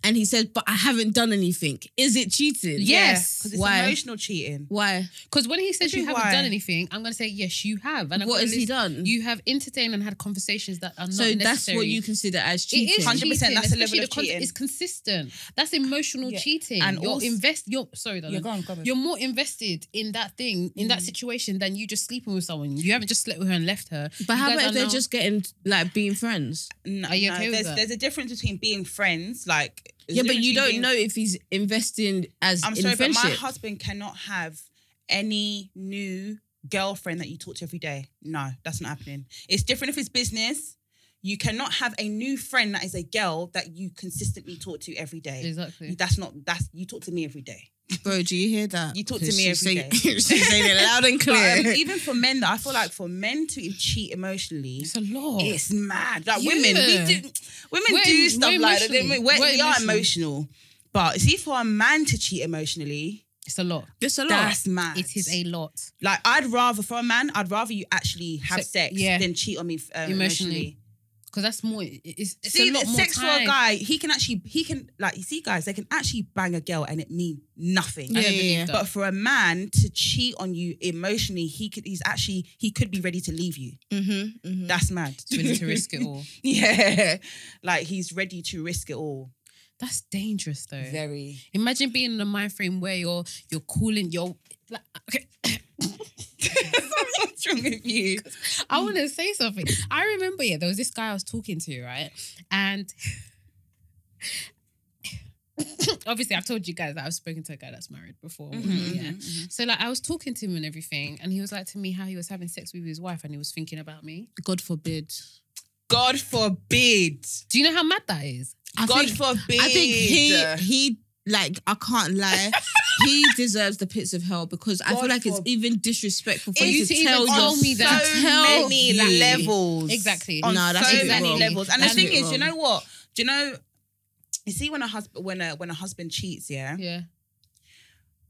Speaker 3: and he says, "But I haven't done anything," is it cheating?
Speaker 2: Yes.
Speaker 4: because it's
Speaker 3: Why?
Speaker 4: emotional cheating.
Speaker 3: Why?
Speaker 2: Because when he says
Speaker 4: Which
Speaker 2: you
Speaker 4: is
Speaker 2: haven't
Speaker 4: why-
Speaker 2: done anything, I'm going to say, yes, you have. And I'm
Speaker 3: What
Speaker 2: gonna
Speaker 3: has he
Speaker 2: list-
Speaker 3: done?
Speaker 2: You have entertained and had conversations that are not
Speaker 3: so that's
Speaker 2: necessary.
Speaker 3: what you consider as
Speaker 2: It
Speaker 3: cheating.
Speaker 2: is
Speaker 4: 100%
Speaker 2: cheating,
Speaker 4: that's a level
Speaker 2: especially
Speaker 4: of
Speaker 2: the con-
Speaker 4: cheating.
Speaker 2: It's consistent. That's emotional
Speaker 4: Yeah.
Speaker 2: cheating.
Speaker 4: And
Speaker 2: And you're
Speaker 4: also-
Speaker 2: invest. You're sorry, darling.
Speaker 4: You're gone, go on. Mm.
Speaker 2: You're more invested in that thing, in that situation, than you just sleeping with someone. You haven't just slept with her and left her.
Speaker 3: But
Speaker 2: You
Speaker 3: how
Speaker 2: guys
Speaker 3: about
Speaker 2: are
Speaker 3: if they're
Speaker 2: now-
Speaker 3: just getting like being friends?
Speaker 4: No,
Speaker 2: Are you
Speaker 4: no,
Speaker 2: okay with
Speaker 4: there's,
Speaker 2: that?
Speaker 4: there's a difference between being friends, like there's
Speaker 3: yeah,
Speaker 4: a
Speaker 3: but
Speaker 4: difference
Speaker 3: you
Speaker 4: between
Speaker 3: don't
Speaker 4: being-
Speaker 3: know if he's investing as
Speaker 4: I'm
Speaker 3: in
Speaker 4: sorry, but
Speaker 3: friendship.
Speaker 4: my husband cannot have any new girlfriend that you talk to every day. No, that's not happening. It's different if it's business. You cannot have a new friend that is a girl that you consistently talk to every day.
Speaker 2: exactly.
Speaker 4: That's not that's you talk to me every day.
Speaker 3: Bro, do you hear that?
Speaker 4: You talk to
Speaker 3: 'Cause
Speaker 4: me
Speaker 3: she's
Speaker 4: every
Speaker 3: saying- she's saying it loud and clear.
Speaker 4: But um, even for men, though, I feel like for men to cheat emotionally,
Speaker 2: It's a law.
Speaker 4: It's mad. Like
Speaker 2: Oh. Yeah.
Speaker 4: women, we do, women
Speaker 2: We're-
Speaker 4: do stuff
Speaker 2: we're
Speaker 4: like that. They-
Speaker 2: emotional.
Speaker 4: we're-
Speaker 2: We're
Speaker 4: we are
Speaker 2: emotional.
Speaker 4: emotional. But see, for a man to cheat emotionally,
Speaker 2: It's a lot.
Speaker 3: It's a lot.
Speaker 4: that's mad.
Speaker 2: It is a lot.
Speaker 4: like I'd rather for a man, I'd rather you actually have
Speaker 2: Se-
Speaker 4: sex
Speaker 2: yeah.
Speaker 4: than cheat on me um,
Speaker 2: Emotionally.
Speaker 4: emotionally.
Speaker 2: Because that's more. it- It's, it's
Speaker 4: See,
Speaker 2: a
Speaker 4: the
Speaker 2: lot more
Speaker 4: sex for a
Speaker 2: time.
Speaker 4: guy, he can actually, he can like you see, guys, they can actually bang a girl and it mean nothing.
Speaker 2: I
Speaker 3: Yeah,
Speaker 2: don't
Speaker 3: yeah,
Speaker 2: believe
Speaker 3: yeah.
Speaker 2: that.
Speaker 4: But for a man to cheat on you emotionally, he could, he's actually, he could be ready to leave you.
Speaker 3: Mm-hmm,
Speaker 4: That's mad.
Speaker 2: willing to risk it all.
Speaker 4: yeah, like he's ready to risk it all.
Speaker 2: That's dangerous though.
Speaker 4: Very.
Speaker 2: Imagine being in a mind frame where you're you're calling your like okay.
Speaker 4: What's wrong with you?
Speaker 2: I want to say something. I remember yeah, there was this guy I was talking to, right? And obviously I've told you guys that I've spoken to a guy that's married before.
Speaker 4: Mm-hmm,
Speaker 2: Yeah. So like I was talking to him and everything, and he was like to me how he was having sex with his wife and he was thinking about me.
Speaker 3: God forbid.
Speaker 4: God forbid.
Speaker 2: Do you know how mad that is?
Speaker 3: I
Speaker 4: God
Speaker 3: think,
Speaker 4: forbid.
Speaker 3: I think he he like I can't lie. he deserves the pits of hell because I feel
Speaker 4: God
Speaker 3: like it's
Speaker 4: forb-
Speaker 3: even disrespectful for
Speaker 2: If
Speaker 3: you
Speaker 2: you
Speaker 3: to
Speaker 2: even
Speaker 3: tell
Speaker 2: told
Speaker 3: your
Speaker 2: me that-
Speaker 4: so
Speaker 3: to tell
Speaker 4: many
Speaker 3: you.
Speaker 4: levels.
Speaker 2: Exactly.
Speaker 4: On
Speaker 3: No, that's
Speaker 4: so
Speaker 2: a bit
Speaker 4: many
Speaker 2: wrong.
Speaker 4: levels. And
Speaker 2: That's
Speaker 4: the
Speaker 2: a
Speaker 4: thing
Speaker 3: bit
Speaker 4: is, you
Speaker 3: wrong.
Speaker 4: know what? Do you know? You see, when a husband when a when a husband cheats, yeah,
Speaker 2: Yeah.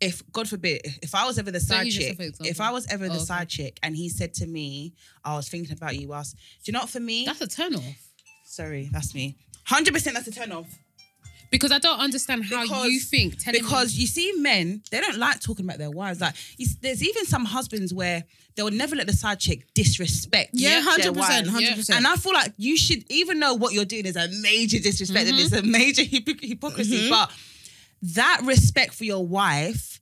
Speaker 4: if God forbid, if- if I was ever the
Speaker 2: Don't
Speaker 4: side
Speaker 2: use
Speaker 4: chick,
Speaker 2: yourself for
Speaker 4: if
Speaker 2: example.
Speaker 4: I was ever the
Speaker 2: Oh, okay.
Speaker 4: side chick, and he said to me, "I was thinking about you," whilst do you know what for me?
Speaker 2: That's a turn off.
Speaker 4: Sorry, that's me. Hundred percent, that's a turn off.
Speaker 2: Because I don't understand how you
Speaker 4: Because-
Speaker 2: think telling
Speaker 4: because you see men they don't like talking about their wives like you, s- there's even some husbands where they would never let the side chick disrespect
Speaker 3: Yeah,
Speaker 4: their
Speaker 3: hundred percent,
Speaker 4: wives.
Speaker 3: hundred
Speaker 2: Yeah.
Speaker 4: and
Speaker 3: percent.
Speaker 4: I feel like you should even know what you're doing is a major disrespect and it's a
Speaker 2: Mm-hmm.
Speaker 4: major hypocr- hypocrisy but that respect for your wife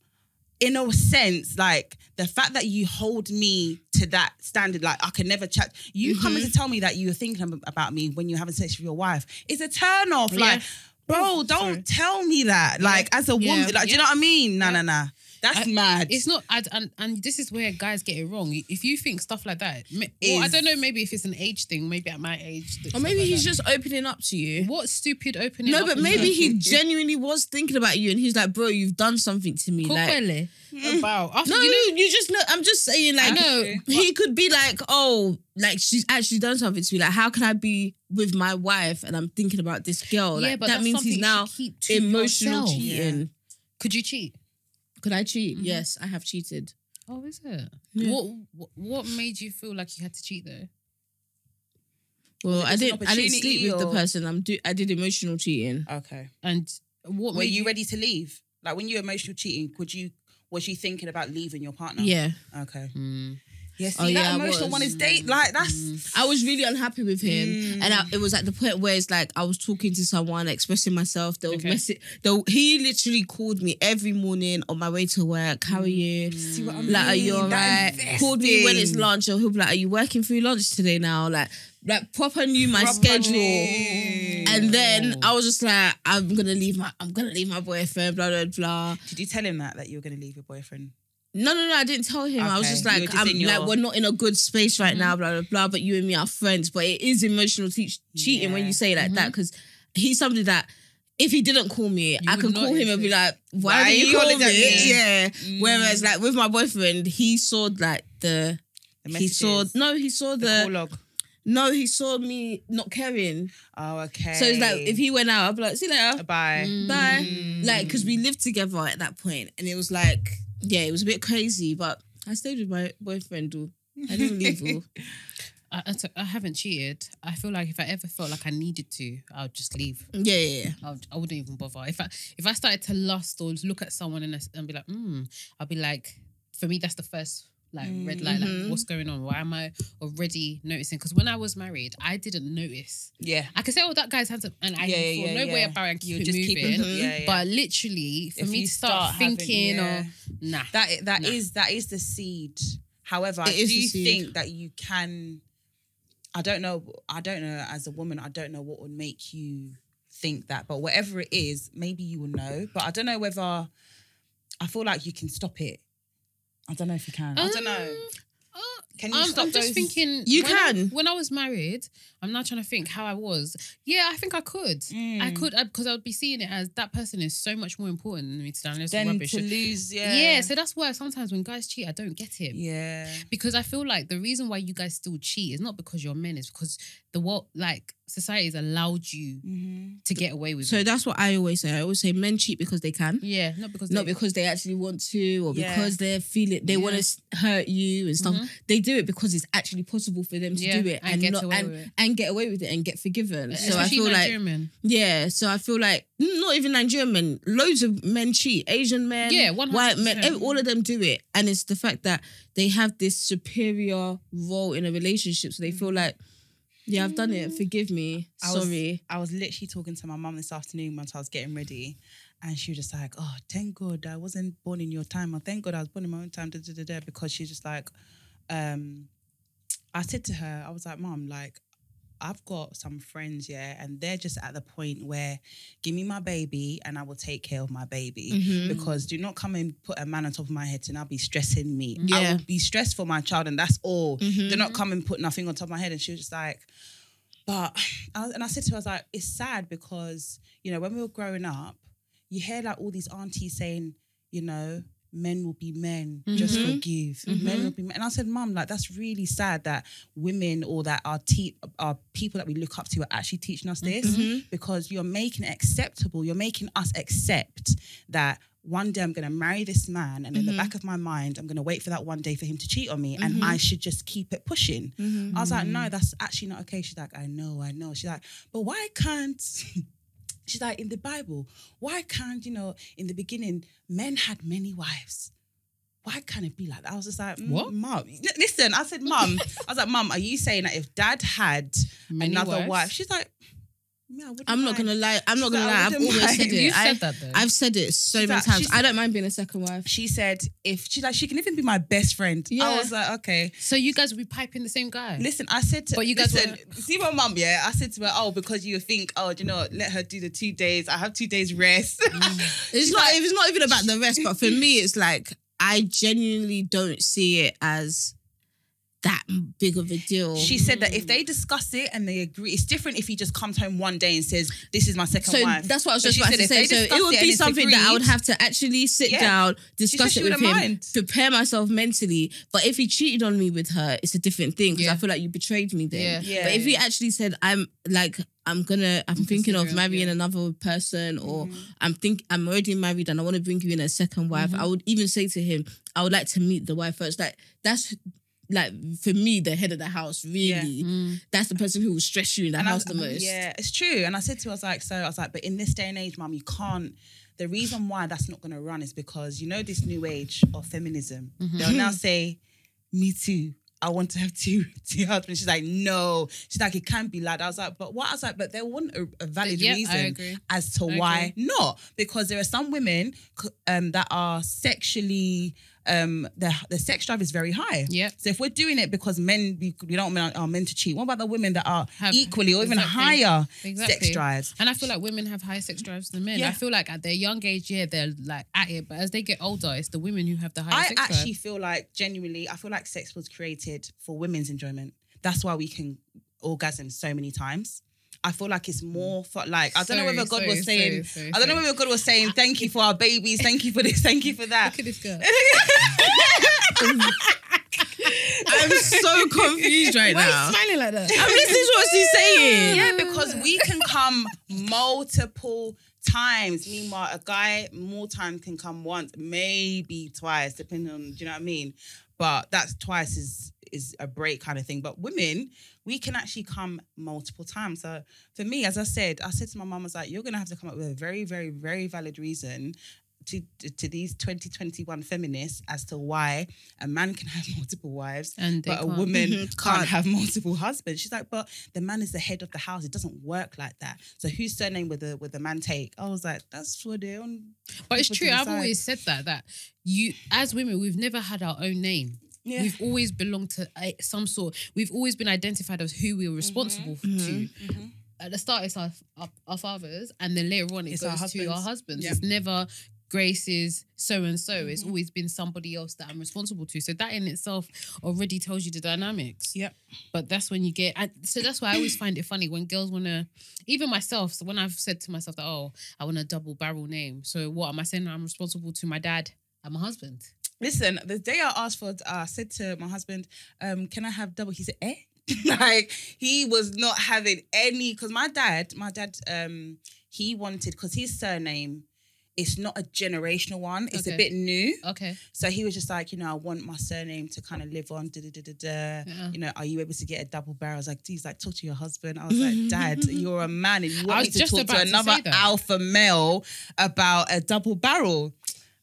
Speaker 4: in a sense like the fact that you hold me to that standard like I can never chat you coming
Speaker 2: Mm-hmm.
Speaker 4: to tell me that you're thinking ab- about me when you're having sex with your wife is a turn off like bro don't tell me that like as a woman
Speaker 2: Yeah.
Speaker 4: like do you know what I mean nah nah nah that's mad
Speaker 2: It's not, I, and and this is where guys get it wrong. If you think stuff like that, me- or I
Speaker 4: Is-
Speaker 2: don't know, maybe if it's an age thing, maybe at my age,
Speaker 3: Or maybe he's just opening up to you.
Speaker 2: what stupid opening.
Speaker 3: No,
Speaker 2: up
Speaker 3: but
Speaker 2: is
Speaker 3: maybe
Speaker 2: that?
Speaker 3: he genuinely was thinking about you, and he's like, "Bro, you've done something to me." Like, Mm.
Speaker 2: Kukwele. about after
Speaker 3: no,
Speaker 2: you know,
Speaker 3: you, just know. I'm just saying, like,
Speaker 2: know,
Speaker 3: he could be like, "Oh, like she's actually done something to me. Like, how can I be with my wife and I'm thinking about this girl? oh, Like,
Speaker 2: yeah, but
Speaker 3: that
Speaker 2: that's
Speaker 3: means
Speaker 2: something
Speaker 3: he's
Speaker 2: you
Speaker 3: now
Speaker 2: should keep to
Speaker 3: emotional
Speaker 2: yourself.
Speaker 3: cheating.
Speaker 2: Could you cheat?
Speaker 3: Could I cheat? Yes, I have cheated.
Speaker 2: Oh, is it?
Speaker 3: Yeah.
Speaker 2: What, what what made you feel like you had to cheat though?
Speaker 3: Well, I
Speaker 4: just an
Speaker 3: didn't. I didn't sleep with the
Speaker 4: opportunity or-
Speaker 3: person. I'm. Do, I did emotional cheating.
Speaker 4: okay
Speaker 2: And what
Speaker 4: were
Speaker 2: made
Speaker 4: you ready to leave like when you were emotional cheating could you was you thinking about leaving your partner
Speaker 3: Yeah,
Speaker 4: okay
Speaker 2: Mm.
Speaker 4: yeah see
Speaker 3: Oh, yeah,
Speaker 4: that
Speaker 3: I
Speaker 4: emotional
Speaker 3: was. Mm.
Speaker 4: one is date like that's
Speaker 3: I was really unhappy with him,
Speaker 4: Mm.
Speaker 3: and I, it was at the point where it's like I was talking to someone, expressing myself. They was
Speaker 2: Okay.
Speaker 3: message. They, he literally called me every morning on my way to work. How are you?
Speaker 4: See what I
Speaker 3: Like, are you
Speaker 4: mean? Mm. That
Speaker 3: alright? Called me when it's
Speaker 4: investing.
Speaker 3: lunch, or he'll be like, "Are you working through lunch today?" Now, like, like proper knew my
Speaker 4: Proper
Speaker 3: schedule.
Speaker 4: knew.
Speaker 3: And then I was just like, I'm gonna leave my, I'm gonna leave my boyfriend, blah blah blah.
Speaker 4: Did you tell him that that you were going to leave your boyfriend?
Speaker 3: No, no, no, I didn't tell him. I was
Speaker 4: Okay.
Speaker 3: just
Speaker 4: You were
Speaker 3: like,
Speaker 4: just
Speaker 3: I'm
Speaker 4: in your- Mm-hmm.
Speaker 3: like, we're not in a good space right now, blah, blah, blah. But you and me are friends. But it is emotional te- cheating
Speaker 4: Yeah.
Speaker 3: when
Speaker 4: Mm-hmm.
Speaker 3: you say it like that because he's somebody that if he didn't call me, I
Speaker 2: would
Speaker 3: could call
Speaker 2: notice
Speaker 3: him and be
Speaker 2: it.
Speaker 3: like, why,
Speaker 4: Why
Speaker 3: are
Speaker 4: are
Speaker 3: you
Speaker 4: you
Speaker 3: call me?
Speaker 4: calling that- Mm-hmm.
Speaker 3: Yeah. Whereas like with my boyfriend, he saw like the,
Speaker 4: The
Speaker 3: he saw,
Speaker 4: messages,
Speaker 3: no, he saw
Speaker 4: the
Speaker 3: the,
Speaker 4: call log.
Speaker 3: no, he saw me not caring.
Speaker 4: Oh, okay.
Speaker 3: So it's like, if he went out, I'd be like, see you later.
Speaker 4: bye.
Speaker 2: Mm.
Speaker 3: Bye.
Speaker 4: Mm.
Speaker 3: Like, because we lived together at that point, and it was like, yeah, it was a bit crazy, but I stayed with my boyfriend. Though.
Speaker 4: Mm.
Speaker 3: I didn't leave. though.
Speaker 2: I, I, t- I haven't cheated. I feel like if I ever felt like I needed to, I would just leave.
Speaker 3: yeah, yeah, yeah.
Speaker 2: I, would, I wouldn't even bother. If I if I started to lust or look at someone and, I s- and be like, hmm, I'll be like, for me, that's the first like
Speaker 4: Mm,
Speaker 2: red light.
Speaker 4: mm-hmm.
Speaker 2: Like, what's going on? Why am I already noticing? Because when I was married, I didn't notice.
Speaker 4: yeah.
Speaker 2: I could say, oh, that guy's handsome, and I
Speaker 4: Yeah, yeah,
Speaker 2: feel no
Speaker 4: yeah.
Speaker 2: way about it. And keep
Speaker 4: You
Speaker 2: it
Speaker 4: just keep
Speaker 2: moving.
Speaker 4: it- Mhm. yeah, yeah.
Speaker 2: But literally, for
Speaker 4: If
Speaker 2: me
Speaker 4: you
Speaker 2: to start,
Speaker 4: start having-
Speaker 2: thinking,
Speaker 4: yeah.
Speaker 2: or nah,
Speaker 4: That i- that is
Speaker 2: Nah.
Speaker 4: that is the seed. However, I
Speaker 3: It is
Speaker 4: do
Speaker 3: the seed.
Speaker 4: think that you can. I don't know. I don't know. As a woman, I don't know what would make you think that. But whatever it is, maybe you will know. But I don't know whether. I feel like you can stop it. I don't know if you can. I don't know.
Speaker 2: Uh,
Speaker 4: Can you
Speaker 2: Um, I'm,
Speaker 4: stop
Speaker 2: I'm just
Speaker 4: those-
Speaker 2: thinking.
Speaker 3: You
Speaker 2: when I-
Speaker 3: can.
Speaker 2: when I was married, I'm now trying to think how I was. Yeah, I think I could.
Speaker 4: Mm.
Speaker 3: Mm.
Speaker 2: I could because I would be seeing it as that person is so much more important than me to download some
Speaker 4: Then
Speaker 2: rubbish.
Speaker 4: to lose, yeah,
Speaker 2: yeah. so that's why sometimes when guys cheat, I don't get it.
Speaker 4: yeah.
Speaker 2: Because I feel like the reason why you guys still cheat is not because you're men, it's because the world, like society's allowed you
Speaker 4: Mm-hmm.
Speaker 2: to get away with
Speaker 3: So
Speaker 2: it.
Speaker 3: that's what I always say. I always say men cheat because they can,
Speaker 2: Yeah, not because
Speaker 3: not
Speaker 2: they-
Speaker 3: because they actually want to or
Speaker 4: Yeah.
Speaker 3: because they're feeling they want to hurt you and stuff. They do it because it's actually possible for them to
Speaker 2: Mm-hmm. Yeah,
Speaker 3: do it
Speaker 2: and get away
Speaker 3: and,
Speaker 2: with it.
Speaker 3: and get away with it and get forgiven. So I
Speaker 2: Especially
Speaker 3: feel like
Speaker 2: Nigerian men.
Speaker 3: Yeah, so I feel like mm, not even Nigerian men, loads of men cheat. Asian men,
Speaker 2: Yeah,
Speaker 3: white men,
Speaker 2: 100%.
Speaker 3: ev- all of them do it. And it's the fact that they have this superior role in a relationship. So they feel
Speaker 2: Mm.
Speaker 3: like, yeah, I've done it. Forgive me.
Speaker 4: I was-
Speaker 3: Sorry.
Speaker 4: I was literally talking to my mum this afternoon once I was getting ready, and she was just like, "Oh, thank God I wasn't born in your time. Or thank God I was born in my own time." Da, da, da, da, because she's just like, um, I said to her, I was like, "Mom, like." I've got some friends, yeah, and they're just at the point where give me my baby and I will take care of my baby.
Speaker 3: Mm-hmm.
Speaker 4: Because do not come and put a man on top of my head and I'll be stressing me. I
Speaker 3: Yeah.
Speaker 4: will be stressed for my child and that's all. Do not come and put nothing on top of my head. And she was just like, but I was- and I said to her, I was like, it's sad because you know when we were growing up, you hear like all these aunties saying, you know, men will be men, just
Speaker 3: Mhm.
Speaker 4: forgive. Men will be men. And I said, Mum, like that's really sad that women or that our te- our people that we look up to are actually teaching us
Speaker 3: Mm-hmm.
Speaker 4: this because you're making it acceptable. You're making us accept that one day I'm going to marry this man, and in the back of my mind, I'm going to wait for that one day for him to cheat on me, and I should just keep it pushing.
Speaker 3: Mm-hmm.
Speaker 4: I was like, no, that's actually not okay. She's like, I know, I know. She's like, but why can't? She's like, in the Bible, why can't you know? In the beginning, men had many wives. Why can't it be like that? I was just like, mm,
Speaker 2: What?
Speaker 4: Mum, L- listen, I said, Mum, I was like, Mum, are you saying that if Dad had
Speaker 2: Many
Speaker 4: another
Speaker 2: wives?
Speaker 4: wife? She's like, yeah, I wouldn't
Speaker 3: I'm not gonna
Speaker 4: mind."
Speaker 3: lie. I'm not
Speaker 4: She's
Speaker 3: gonna
Speaker 4: like,
Speaker 3: lie.
Speaker 4: I
Speaker 3: I've
Speaker 4: wouldn't
Speaker 3: always
Speaker 4: mind.
Speaker 3: said
Speaker 2: You
Speaker 3: it.
Speaker 2: said
Speaker 3: I,
Speaker 2: that though.
Speaker 3: I've said it so
Speaker 4: She's
Speaker 3: many
Speaker 4: like-
Speaker 3: times.
Speaker 4: she's-
Speaker 3: I don't mind being a second wife.
Speaker 4: She said, if she's like, she can even be my best friend. I
Speaker 3: Yeah.
Speaker 4: was like, okay.
Speaker 2: so you guys will be piping the same guy.
Speaker 4: Listen, I said to
Speaker 2: But you guys
Speaker 4: listen, see my mum, yeah. I said to her, Oh, because you think, oh, do you know, what? let her do the two days. I have two days rest.
Speaker 3: It's not. It's not even about the rest. But for me, it's like I genuinely don't see it as that big of a deal.
Speaker 4: she said that if they discuss it and they agree, it's different if he just comes home one day and says, This is my second
Speaker 3: so
Speaker 4: wife.
Speaker 3: that's what I was
Speaker 4: But
Speaker 3: just
Speaker 4: she
Speaker 3: about
Speaker 4: said
Speaker 3: to
Speaker 4: if
Speaker 3: say.
Speaker 4: they
Speaker 3: So it
Speaker 4: discussed
Speaker 3: would
Speaker 4: it
Speaker 3: be
Speaker 4: and it's
Speaker 3: something that I would
Speaker 4: agreed-
Speaker 3: have to actually sit
Speaker 4: Yeah.
Speaker 3: down,
Speaker 4: said
Speaker 3: discuss
Speaker 4: she
Speaker 3: it with
Speaker 4: wouldn't
Speaker 3: him,
Speaker 4: mind.
Speaker 3: prepare myself mentally. But if he cheated on me with her, it's a different thing because
Speaker 2: Yeah.
Speaker 3: I feel like you betrayed me then.
Speaker 4: Yeah.
Speaker 3: But if he actually said, "I'm like." I'm gonna. I'm thinking of
Speaker 2: considering,
Speaker 3: marrying
Speaker 2: yeah.
Speaker 3: another person, or
Speaker 4: Mm-hmm. Mm.
Speaker 3: I'm think I'm already married and I want to bring you in a second wife.
Speaker 4: Mm-hmm.
Speaker 3: I would even say to him, I would like to meet the wife first. Like that's like for me, the head of the house. Really,
Speaker 2: Mm.
Speaker 3: that's the person who will stress you in the
Speaker 4: And I
Speaker 3: house
Speaker 4: was-
Speaker 3: the most.
Speaker 4: Yeah, it's true. And I said to her, I was like, so I was like, but in this day and age, mum, you can't. The reason why that's not going to run is because you know this new age of feminism.
Speaker 2: Mm-hmm.
Speaker 4: They'll now say, "Me too." I want to have two two husbands. She's like, no. She's like, it can't be like. that." I was like, but what? I was like, but there wasn't a, a valid
Speaker 2: Yeah, I
Speaker 4: reason
Speaker 2: agree.
Speaker 4: as to
Speaker 2: I
Speaker 4: why not because there are some women c- um, that are sexually um the the sex drive is very high
Speaker 2: Yep.
Speaker 4: so if we're doing it because men we, we don't men are meant to cheat what about the women that are
Speaker 2: Have-
Speaker 4: equally or even
Speaker 2: exactly.
Speaker 4: higher sex
Speaker 2: Exactly.
Speaker 4: drives
Speaker 2: And I feel like women have higher sex drives than men.
Speaker 4: Yeah.
Speaker 2: I feel like at their young age, yeah, they're like at it, but as they get older, it's the women who have the higher
Speaker 4: I
Speaker 2: sex
Speaker 4: actually feel like genuinely, I feel like sex was created for women's enjoyment. That's why we can orgasm so many times. I feel like it's more for like I don't know
Speaker 2: Sorry,
Speaker 4: whether God
Speaker 2: sorry,
Speaker 4: was saying
Speaker 2: sorry, sorry,
Speaker 4: I don't know
Speaker 2: sorry.
Speaker 4: whether God was saying thank you for our babies, thank you for this, thank you for that.
Speaker 2: drive. Look at this girl.
Speaker 3: I'm so confused right now.
Speaker 2: smiling like that?
Speaker 3: I'm listening to what she's saying.
Speaker 4: Yeah, because we can come multiple times. Meanwhile, a guy more times can come once, maybe twice, depending on do you know what I mean. But that's twice is is a break kind of thing. But women, we can actually come multiple times. So for me, as I said, I said to my mum, I was like, you're gonna have to come up with a very, very, very valid reason. To, to, to these 2021 feminists as to why a man can have multiple wives
Speaker 2: And they
Speaker 4: but a
Speaker 2: can't.
Speaker 4: woman
Speaker 3: Mhm,
Speaker 4: can't.
Speaker 3: can't.
Speaker 4: have multiple husbands. She's like, but the man is the head of the house. It doesn't work like that. So whose surname would the would the man take? I was like, that's for their own.
Speaker 2: But it's
Speaker 4: people to
Speaker 2: true. I've
Speaker 4: decide.
Speaker 2: always said that that you, as women, we've never had our own name.
Speaker 4: Yeah.
Speaker 2: We've always belonged to a, some sort. We've always been identified as who we were responsible
Speaker 4: Mm-hmm.
Speaker 2: to. At the start, it's our, our our fathers, and then later on, it
Speaker 4: It's our
Speaker 2: goes to our
Speaker 4: husbands.
Speaker 2: husbands.
Speaker 4: Yeah. Mm-hmm.
Speaker 2: It's never Grace's so and so. It's always been somebody else that I'm responsible to. So that in itself already tells you the dynamics.
Speaker 4: Yep.
Speaker 2: But that's when you get, and so that's why I always find it funny when girls want to, even myself, so when I've said to myself that, oh, I want a double barrel name. So what am I saying? I'm responsible to my dad and my husband.
Speaker 4: Listen, the day I asked for, I said to my husband, um, "Can I have double?" He said, "Eh." like he was not having any because my dad, my dad, um, he wanted because his surname. It's not a generational one. It's a
Speaker 2: Okay.
Speaker 4: bit new.
Speaker 2: Okay.
Speaker 4: So he was just like, you know, I want my surname to kind of live on. Da, da, da, da, da.
Speaker 2: Yeah.
Speaker 4: You know, are you able to get a double barrel? I was like, he's like, talk to your husband. I was like, Dad, you're a man and you want
Speaker 2: was
Speaker 4: me to
Speaker 2: just
Speaker 4: talk
Speaker 2: about
Speaker 4: to
Speaker 2: to
Speaker 4: another
Speaker 2: say that.
Speaker 4: alpha male about a double barrel.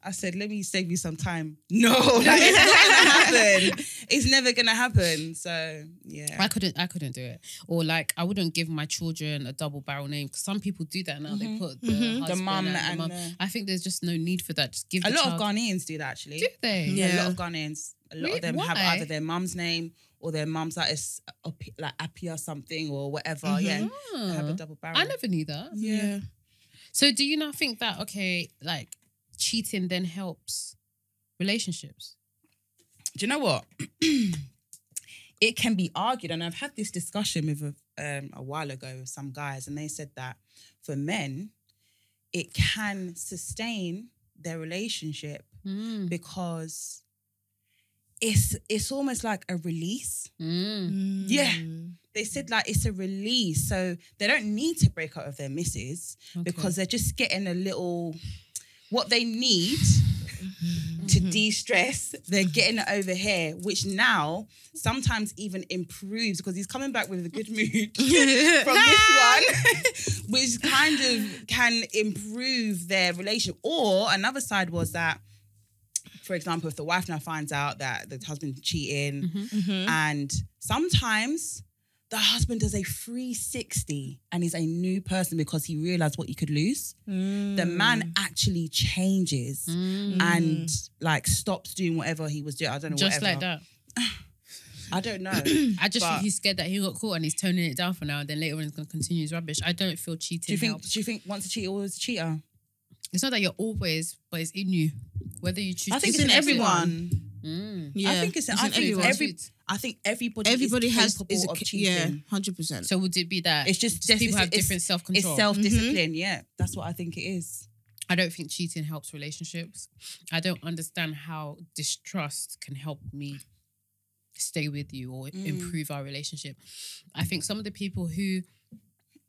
Speaker 4: I said, let me save you some time. No, like, it's not gonna happen. It's never gonna happen. So yeah.
Speaker 2: I couldn't. I couldn't do it. Or like, I wouldn't give my children a double barrel name because some people do that now. They put the husband
Speaker 4: Mm-hmm. mum
Speaker 2: and,
Speaker 4: and
Speaker 2: the mum.
Speaker 4: the-
Speaker 2: I think there's just no need for that. Just give
Speaker 4: A
Speaker 2: the
Speaker 4: lot of
Speaker 2: child-
Speaker 4: Ghanaians do that actually.
Speaker 2: do they?
Speaker 4: Yeah, a
Speaker 3: Yeah.
Speaker 4: lot of Ghanaians. A lot
Speaker 2: Really?
Speaker 4: of them have
Speaker 2: Why?
Speaker 4: either their mum's name or their mum's like it's Api- like Apia something or whatever. Yeah,
Speaker 2: Ah.
Speaker 4: have a double barrel.
Speaker 2: I never knew that.
Speaker 4: Yeah.
Speaker 2: So do you not think that okay, like cheating then helps relationships?
Speaker 4: Do you know what? it can be argued, and I've had this discussion with a, um, a while ago with some guys, and they said that for men, it can sustain their relationship
Speaker 2: Mm.
Speaker 4: because it's it's almost like a release.
Speaker 2: Mm.
Speaker 4: Yeah. They said like it's a release, so they don't need to break out of their misses
Speaker 2: Okay.
Speaker 4: because they're just getting a little what they need to de-stress. They're getting it over here, which now sometimes even improves because he's coming back with a good mood
Speaker 3: Mm.
Speaker 4: from this one, which kind of can improve their relation. Or another side was that, for example, if the wife now finds out that the husband's cheating,
Speaker 3: Mm-hmm.
Speaker 4: and sometimes the husband does a 360 and is a new person because he realized what he could lose. Mm. The man actually changes
Speaker 2: Mm.
Speaker 4: and like stops doing whatever he was doing. I don't know.
Speaker 2: Just
Speaker 4: whatever.
Speaker 2: like that.
Speaker 4: I don't know.
Speaker 2: I just
Speaker 4: But-
Speaker 2: think he's scared that he got caught and he's toning it down for now. And then later on, he's going to continue his rubbish. I don't feel cheating.
Speaker 4: do you think?
Speaker 2: helps.
Speaker 4: Do you think once a cheater, always a cheater?
Speaker 2: It's not that you're always, but it's in you. Whether you choose
Speaker 4: I think
Speaker 2: to
Speaker 4: it's in
Speaker 2: accept it.
Speaker 4: everyone.
Speaker 2: Mm.
Speaker 3: Yeah.
Speaker 4: I think it's, I think
Speaker 2: everyone.
Speaker 4: everyone. Every, I think everybody.
Speaker 3: Everybody
Speaker 4: is
Speaker 3: has
Speaker 4: capable
Speaker 3: is a,
Speaker 4: of
Speaker 3: ca-
Speaker 4: cheating.
Speaker 3: yeah, hundred percent.
Speaker 2: So would it be that
Speaker 4: It's just,
Speaker 2: just people
Speaker 4: it's-
Speaker 2: have
Speaker 4: it's-
Speaker 2: different self
Speaker 4: It's
Speaker 2: control? Mm-hmm.
Speaker 4: self discipline. Yeah, that's what I think it is.
Speaker 2: I don't think cheating helps relationships. I don't understand how distrust can help me stay with you or
Speaker 4: Mm.
Speaker 2: improve our relationship. I think some of the people who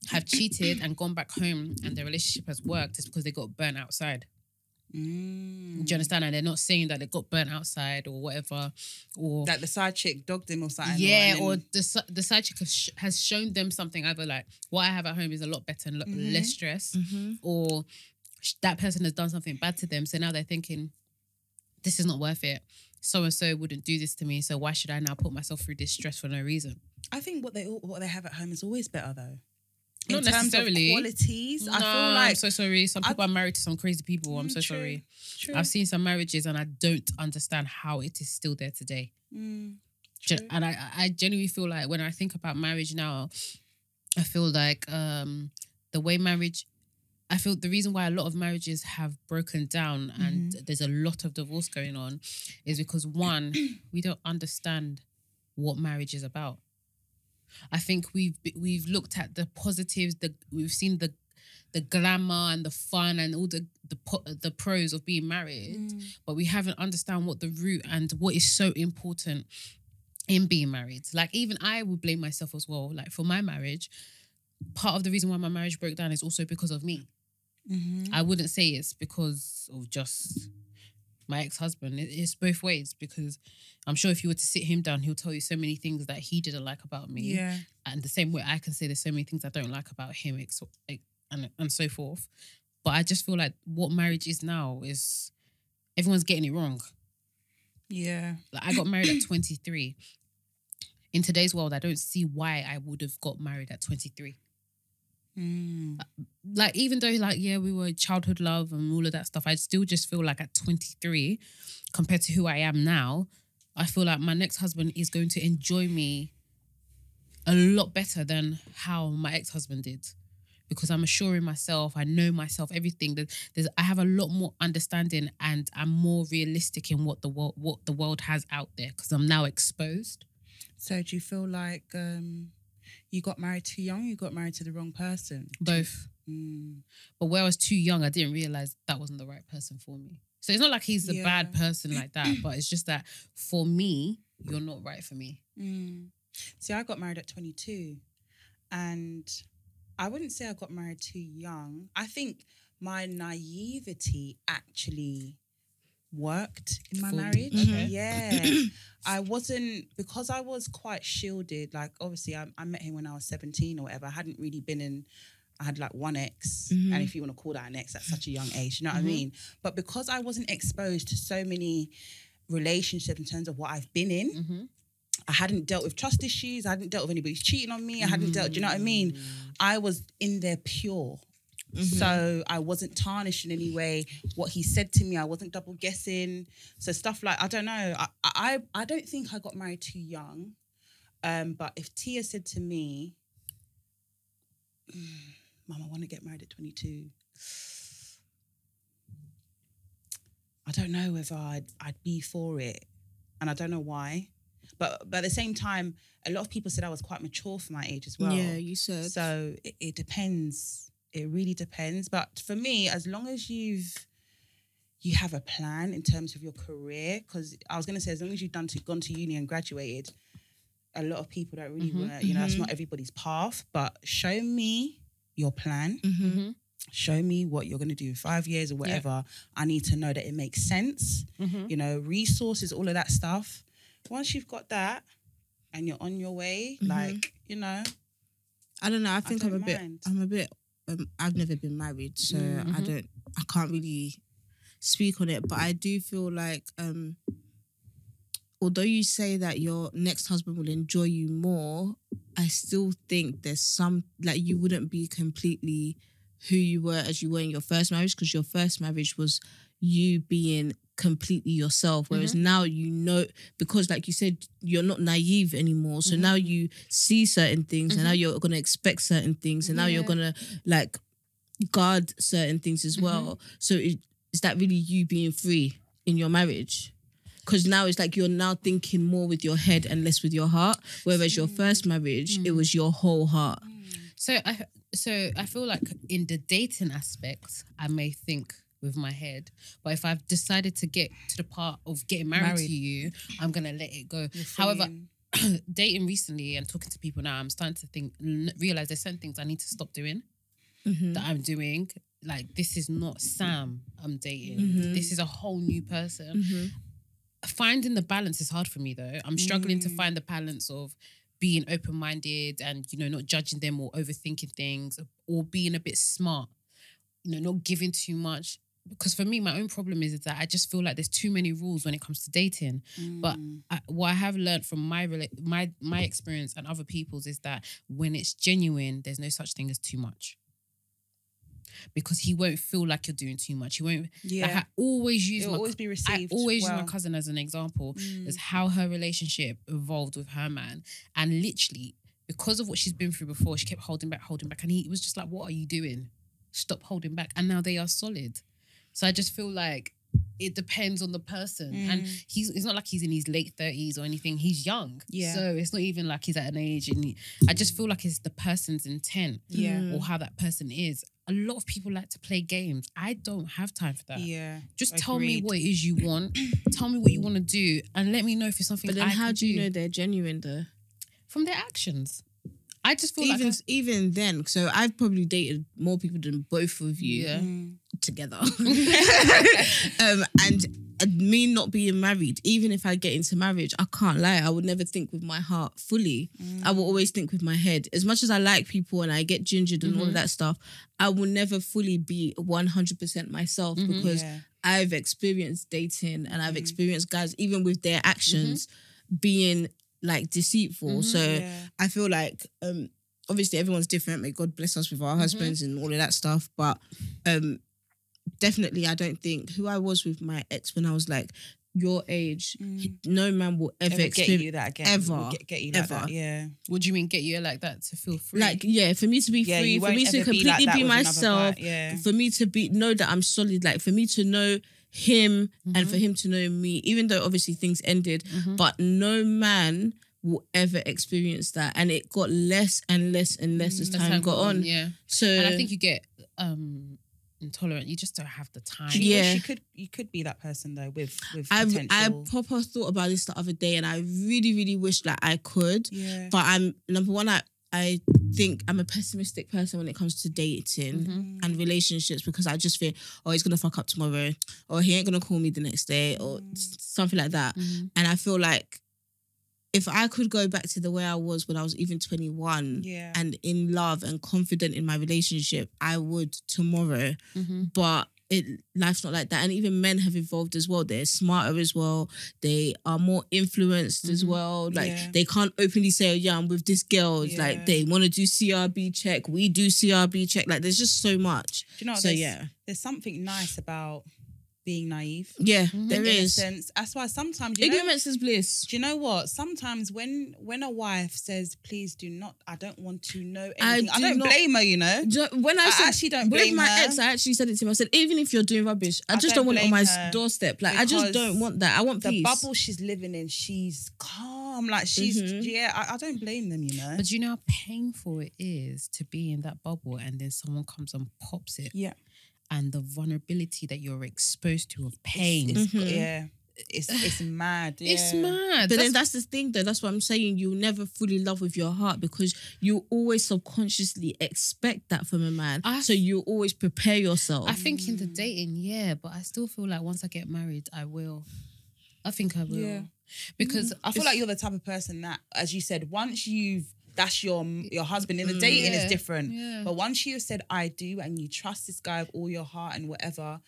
Speaker 2: have cheated and gone back home and their relationship has worked is because they got burnt outside.
Speaker 4: Mm.
Speaker 2: Do you understand? And they're not saying that they got burnt outside or whatever, or
Speaker 4: Like the side chick dogged him or something.
Speaker 2: yeah,
Speaker 4: and
Speaker 2: or
Speaker 4: then-
Speaker 2: the si- the side chick has, sh- has shown them something either like what I have at home is a lot better and lo-
Speaker 4: Mhm.
Speaker 2: less stress,
Speaker 3: Mm-hmm.
Speaker 2: or sh- that person has done something bad to them, so now they're thinking this is not worth it. So and so wouldn't do this to me, so why should I now put myself through this stress for no reason?
Speaker 4: I think what they what they have at home is always better though.
Speaker 2: Not necessarily.
Speaker 4: Of qualities, I
Speaker 2: No,
Speaker 4: feel
Speaker 2: I'm
Speaker 4: like
Speaker 2: so sorry. Some
Speaker 4: I-
Speaker 2: people are married to some crazy people. I'm
Speaker 4: Mm,
Speaker 2: so
Speaker 4: true,
Speaker 2: sorry.
Speaker 4: True.
Speaker 2: I've seen some marriages and I don't understand how it is still there today.
Speaker 4: Mm,
Speaker 2: Gen-
Speaker 4: true.
Speaker 2: and I, I- I genuinely feel like when I think about marriage now, I feel like um, the way marriage, I feel the reason why a lot of marriages have broken down and there's a lot of divorce going on is because one, we don't understand what marriage is about. I think we've be- we've looked at the positives, the we've seen the the glamour and the fun and all the the po- the pros of being married, but we haven't understand what the root and what is so important in being married. Like even I would blame myself as well. Like for my marriage, part of the reason why my marriage broke down is also because of me.
Speaker 4: Mhm.
Speaker 2: I wouldn't say it's because of just my ex-husband. It- It's both ways because I'm sure if you were to sit him down, he'll tell you so many things that he didn't like about me.
Speaker 4: Yeah.
Speaker 2: And the same way I can say there's so many things I don't like about him ex- ex- and, and so forth. But I just feel like what marriage is now is everyone's getting it wrong.
Speaker 4: Yeah.
Speaker 2: Like I got married at 23. In today's world, I don't see why I would have got married at 23.
Speaker 4: Mm.
Speaker 2: Like even though like yeah, we were childhood love and all of that stuff, I still just feel like at 23 compared to who I am now, I feel like my next husband is going to enjoy me a lot better than how my ex-husband did. Because I'm assuring myself, I know myself, everything. There- There's, I have a lot more understanding, and I'm more realistic in what the world, what the world has out there, because I'm now exposed.
Speaker 4: So do you feel like um, you got married too young? You got married to the wrong person.
Speaker 2: Both.
Speaker 4: Mm.
Speaker 2: But where I was too young, I didn't realize that wasn't the right person for me. So it's not like he's a
Speaker 4: Yeah.
Speaker 2: bad person like that, but it's just that for me, you're not right for me.
Speaker 4: Mm. See, I got married at 22, and I wouldn't say I got married too young. I think my naivety actually worked in my
Speaker 2: For-
Speaker 4: marriage.
Speaker 2: okay.
Speaker 4: Yeah. I wasn't, because I was quite shielded. Like, obviously, I, I met him when I was 17 or whatever. I hadn't really been in. I had like one ex,
Speaker 3: Mhm.
Speaker 2: Mm-hmm.
Speaker 4: and if you want to call that an ex at such a young age, you know what
Speaker 2: Mhm.
Speaker 4: I mean? But because I wasn't exposed to so many relationships in terms of what I've been in,
Speaker 2: Mm-hmm.
Speaker 4: I hadn't dealt with trust issues. I hadn't dealt with anybody cheating on me. I hadn't dealt, do you know what I mean? I was in there pure. So I wasn't tarnished in any way. What he said to me, I wasn't double guessing. So stuff like, I don't know. I I, I don't think I got married too young. Um, but if Tia said to me, "Mm, Mum, I want to get married at 22. I don't know whether I'd, I'd be for it. And I don't know why. But, but at the same time, a lot of people said I was quite mature for my age as well.
Speaker 3: yeah, you said.
Speaker 4: So it, it depends. It really depends. But for me, as long as you've you have a plan in terms of your career. Because I was going to say, as long as you've done to gone to uni and graduated, a lot of people don't really
Speaker 2: Mhm,
Speaker 4: want to. You know, that's
Speaker 3: mhm.
Speaker 4: not everybody's path. But show me your plan.
Speaker 3: Mm-hmm.
Speaker 4: Show me what you're going to do in five years or whatever. I need to know that it makes sense.
Speaker 3: Mm-hmm.
Speaker 2: Mhm.
Speaker 4: You know, resources, all of that stuff. Once you've got that, and you're on your way,
Speaker 3: Mhm.
Speaker 4: like you know,
Speaker 3: I don't know. I think I am a
Speaker 4: don't
Speaker 3: bit.
Speaker 4: mind. Mm-hmm.
Speaker 3: I'm a bit. Um, I've never been married, so
Speaker 2: Mm,
Speaker 3: I
Speaker 2: mhm.
Speaker 3: don't. I can't really speak on it. But I do feel like, um, although you say that your next husband will enjoy you more, I still think there's some like you wouldn't be completely who you were as you were in your first marriage because your first marriage was you being completely yourself whereas now you know because like you said you're not naive anymore so
Speaker 4: Mhm.
Speaker 3: now you see certain things and now
Speaker 2: Mhm.
Speaker 3: you're going to expect certain things and now you're
Speaker 2: Yeah.
Speaker 3: going to like guard certain things as
Speaker 2: Mhm.
Speaker 3: well so it, is that really you being free in your marriage because now it's like you're now thinking more with your head and less with your heart whereas your first marriage it
Speaker 2: Mm.
Speaker 3: was your whole heart
Speaker 2: So I so I feel like in the dating aspect, I may think with my head, but if I've decided to get to the part of getting married,
Speaker 3: Married.
Speaker 2: to you, I'm gonna let it go.
Speaker 4: You're
Speaker 2: However,
Speaker 4: feeling-
Speaker 2: dating recently and talking to people now, I'm starting to think n- realize there's certain things I need to stop doing that I'm doing. Like this is not Sam I'm dating.
Speaker 3: Mhm.
Speaker 2: This is a whole new person.
Speaker 3: Mhm.
Speaker 2: finding the balance is hard for me though. I'm struggling to
Speaker 4: Mm.
Speaker 2: find the balance of being open minded and you know not judging them or overthinking things or being a bit smart. You know, not giving too much. Because for me, my own problem is, is that I just feel like there's too many rules when it comes to dating. but-
Speaker 4: Mm.
Speaker 2: I, what I have learned from my rela- my my experience and other people's is that when it's genuine, there's no such thing as too much. Because he won't feel like you're doing too much. He won't.
Speaker 4: yeah,
Speaker 2: Like I always use
Speaker 4: it'll
Speaker 2: my.
Speaker 4: always be
Speaker 2: I
Speaker 4: received.
Speaker 2: always
Speaker 4: well.
Speaker 2: use my cousin as an example
Speaker 4: Mm.
Speaker 2: is how her relationship evolved with her man. And literally, because of what she's been through before, she kept holding back, holding back. And he was just like, What are you doing? Stop holding back. And now they are solid. So I just feel like it depends on the person. And
Speaker 4: Mm.
Speaker 2: he's it's not like he's in his late 30s or anything. He's young.
Speaker 4: Yeah.
Speaker 2: So it's not even like he's at an age and he- I just feel like it's the person's intent
Speaker 4: yeah,
Speaker 3: mm,
Speaker 2: or how that person is. A lot of people like to play games. I don't have time for that.
Speaker 4: yeah.
Speaker 2: Just tell me
Speaker 4: Agreed.
Speaker 2: what it is you want. tell me what you want to do, and let me know if it's something.
Speaker 3: But then,
Speaker 2: I
Speaker 3: how
Speaker 2: can
Speaker 3: do you know they're genuine though?
Speaker 2: from their actions? I just feel
Speaker 3: even
Speaker 2: like
Speaker 3: even then, so I've probably dated more people than both of you
Speaker 2: Yeah.
Speaker 4: Mm.
Speaker 3: together. um, and, and me not being married, even if I get into marriage, I can't lie. I would never think with my heart fully.
Speaker 2: Mm.
Speaker 3: I will always think with my head. As much as I like people and I get gingered and all of
Speaker 2: Mhm.
Speaker 3: that stuff, I will never fully be one hundred percent myself
Speaker 2: Mhm.
Speaker 3: because
Speaker 4: Yeah.
Speaker 3: I've experienced dating and I've
Speaker 2: Mm.
Speaker 4: Mhm.
Speaker 3: experienced guys, even with their
Speaker 2: Mm-hmm.
Speaker 3: actions, being like deceitful.
Speaker 2: Mhm,
Speaker 3: so
Speaker 4: Yeah.
Speaker 3: I feel like um obviously everyone's different. May God bless us with
Speaker 4: Mm-hmm.
Speaker 3: our husbands and all of that stuff. But um definitely I don't think who I was with my ex when I was like your age,
Speaker 4: Mm.
Speaker 3: no man will ever,
Speaker 4: Ever get
Speaker 3: experience
Speaker 4: you that again?
Speaker 3: ever,
Speaker 4: Will get, get you like
Speaker 3: ever.
Speaker 4: that, Yeah.
Speaker 2: would you mean get you like that to feel free?
Speaker 3: like yeah, for me to be
Speaker 4: Yeah.
Speaker 3: free,
Speaker 4: you
Speaker 3: for
Speaker 4: won't
Speaker 3: me to
Speaker 4: ever be,
Speaker 3: completely
Speaker 4: like
Speaker 3: be,
Speaker 4: that with another
Speaker 3: myself,
Speaker 4: guy, Yeah.
Speaker 3: for me to be know that I'm solid, like for me to know him
Speaker 4: Mm-hmm.
Speaker 3: and for him to know me, even though obviously things ended,
Speaker 2: Mhm.
Speaker 3: but no man will ever experience that. And it got less and less and less as
Speaker 4: Mm.
Speaker 2: As
Speaker 3: time got on.
Speaker 2: yeah.
Speaker 3: So
Speaker 2: And I think you get um intolerant. You just don't have the time.
Speaker 4: Do you yeah.
Speaker 3: Yeah.
Speaker 4: she could you could be that person though with with
Speaker 3: I I
Speaker 4: potential.
Speaker 3: proper thought about this the other day, and I really really wish that I could.
Speaker 4: yeah.
Speaker 3: But I'm number one. I I think I'm a pessimistic person when it comes to dating.
Speaker 2: Mhm.
Speaker 4: Mm. Mm-hmm.
Speaker 3: And relationships because I just think, oh, he's gonna fuck up tomorrow, or he ain't gonna call me the next day, or
Speaker 4: Mm.
Speaker 3: s- something like that.
Speaker 2: Mhm.
Speaker 3: And I feel like if I could go back to the way I was when I was even 21
Speaker 4: yeah.
Speaker 3: and in love and confident in my relationship, I would tomorrow
Speaker 2: Mhm.
Speaker 3: but it life's not like that and even men have evolved as well they're smarter as well they are more influenced as
Speaker 2: Mhm.
Speaker 3: well like
Speaker 4: Mm-hmm. Yeah.
Speaker 3: they can't openly say oh yeah i'm with this girl It's
Speaker 4: Yeah.
Speaker 3: like they want to do crb check we do crb check like there's just so much
Speaker 4: Do you know what, Oh,
Speaker 3: so
Speaker 4: there's,
Speaker 3: yeah
Speaker 4: there's something nice about being naive.
Speaker 3: yeah
Speaker 2: Mhm.
Speaker 3: there
Speaker 4: in
Speaker 3: is
Speaker 4: Innocence. That's why sometimes you know,
Speaker 3: ignorance is bliss
Speaker 4: do you know what? Sometimes when when a wife says, "Please do not," I don't want to know
Speaker 3: I
Speaker 4: anything. I,
Speaker 3: do
Speaker 4: don't
Speaker 3: not-
Speaker 4: blame her. You know,
Speaker 3: Do you know- when I
Speaker 4: I
Speaker 3: said
Speaker 4: actually don't
Speaker 3: with
Speaker 4: blame
Speaker 3: my
Speaker 4: her.
Speaker 3: ex, I actually said it to him. I said, even if you're doing rubbish, I,
Speaker 4: I
Speaker 3: just
Speaker 4: don't
Speaker 3: don't, want it on
Speaker 4: blame
Speaker 3: my
Speaker 4: her
Speaker 3: doorstep. Like I
Speaker 4: because
Speaker 3: just don't want that. I want
Speaker 4: the
Speaker 3: peace.
Speaker 4: bubble she's living in, she's calm. Like she's
Speaker 3: Mhm.
Speaker 4: yeah. I, I don't blame them. You know.
Speaker 2: But do you know how painful it is to be in that bubble and then someone comes and pops it?
Speaker 4: Yeah.
Speaker 2: and the vulnerability that you're exposed to of pain.
Speaker 4: It's-
Speaker 3: Mhm.
Speaker 4: Yeah, it's it's mad. Yeah.
Speaker 2: It's mad.
Speaker 3: But then that's the thing, though. That's what I'm saying. You'll never fully love with your heart because you always subconsciously expect that from a man.
Speaker 2: I-
Speaker 3: so you always prepare yourself.
Speaker 2: I think in the dating, yeah, but I still feel like once I get married, I will. I think I will.
Speaker 4: Yeah. Mm.
Speaker 2: Because
Speaker 4: I feel
Speaker 2: it's-
Speaker 4: like you're the type of person that, as you said, once you've that's your your husband in the
Speaker 3: Mm.
Speaker 4: dating
Speaker 2: Yeah.
Speaker 4: is different.
Speaker 2: Yeah.
Speaker 4: But once you've said I do and you trust this guy with all your heart and whatever,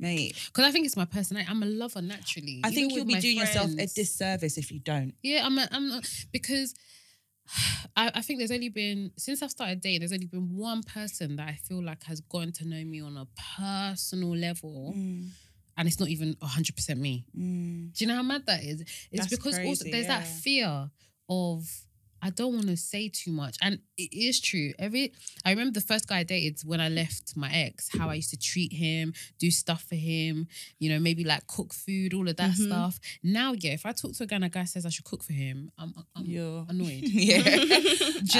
Speaker 4: mate,
Speaker 2: Because I think it's my personality. I'm a lover naturally.
Speaker 4: I think
Speaker 2: Even
Speaker 4: you'll
Speaker 2: with
Speaker 4: be
Speaker 2: my
Speaker 4: doing yourself a
Speaker 2: friends.
Speaker 4: disservice if you don't.
Speaker 2: Yeah, I'm. A, I'm not because I, I think there's only been since I've started dating. There's only been one person that I feel like has gotten to know me on a personal level, and it's not even hundred percent me.
Speaker 4: Mm.
Speaker 2: Do you know how mad that is? It's
Speaker 4: That's
Speaker 2: because also
Speaker 4: crazy,
Speaker 2: there's that
Speaker 4: yeah.
Speaker 2: fear of I don't want to say too much, and it is true. Every I remember the first guy I dated when I left my ex, how I used to treat him, do stuff for him, you know, maybe like cook food, all of that
Speaker 4: Mm-hmm.
Speaker 3: Mhm.
Speaker 2: stuff. Now, yeah, if I talk to a guy and a guy says I should cook for him, I'm, I'm
Speaker 4: You're
Speaker 2: annoyed. Do
Speaker 4: yeah.
Speaker 2: you know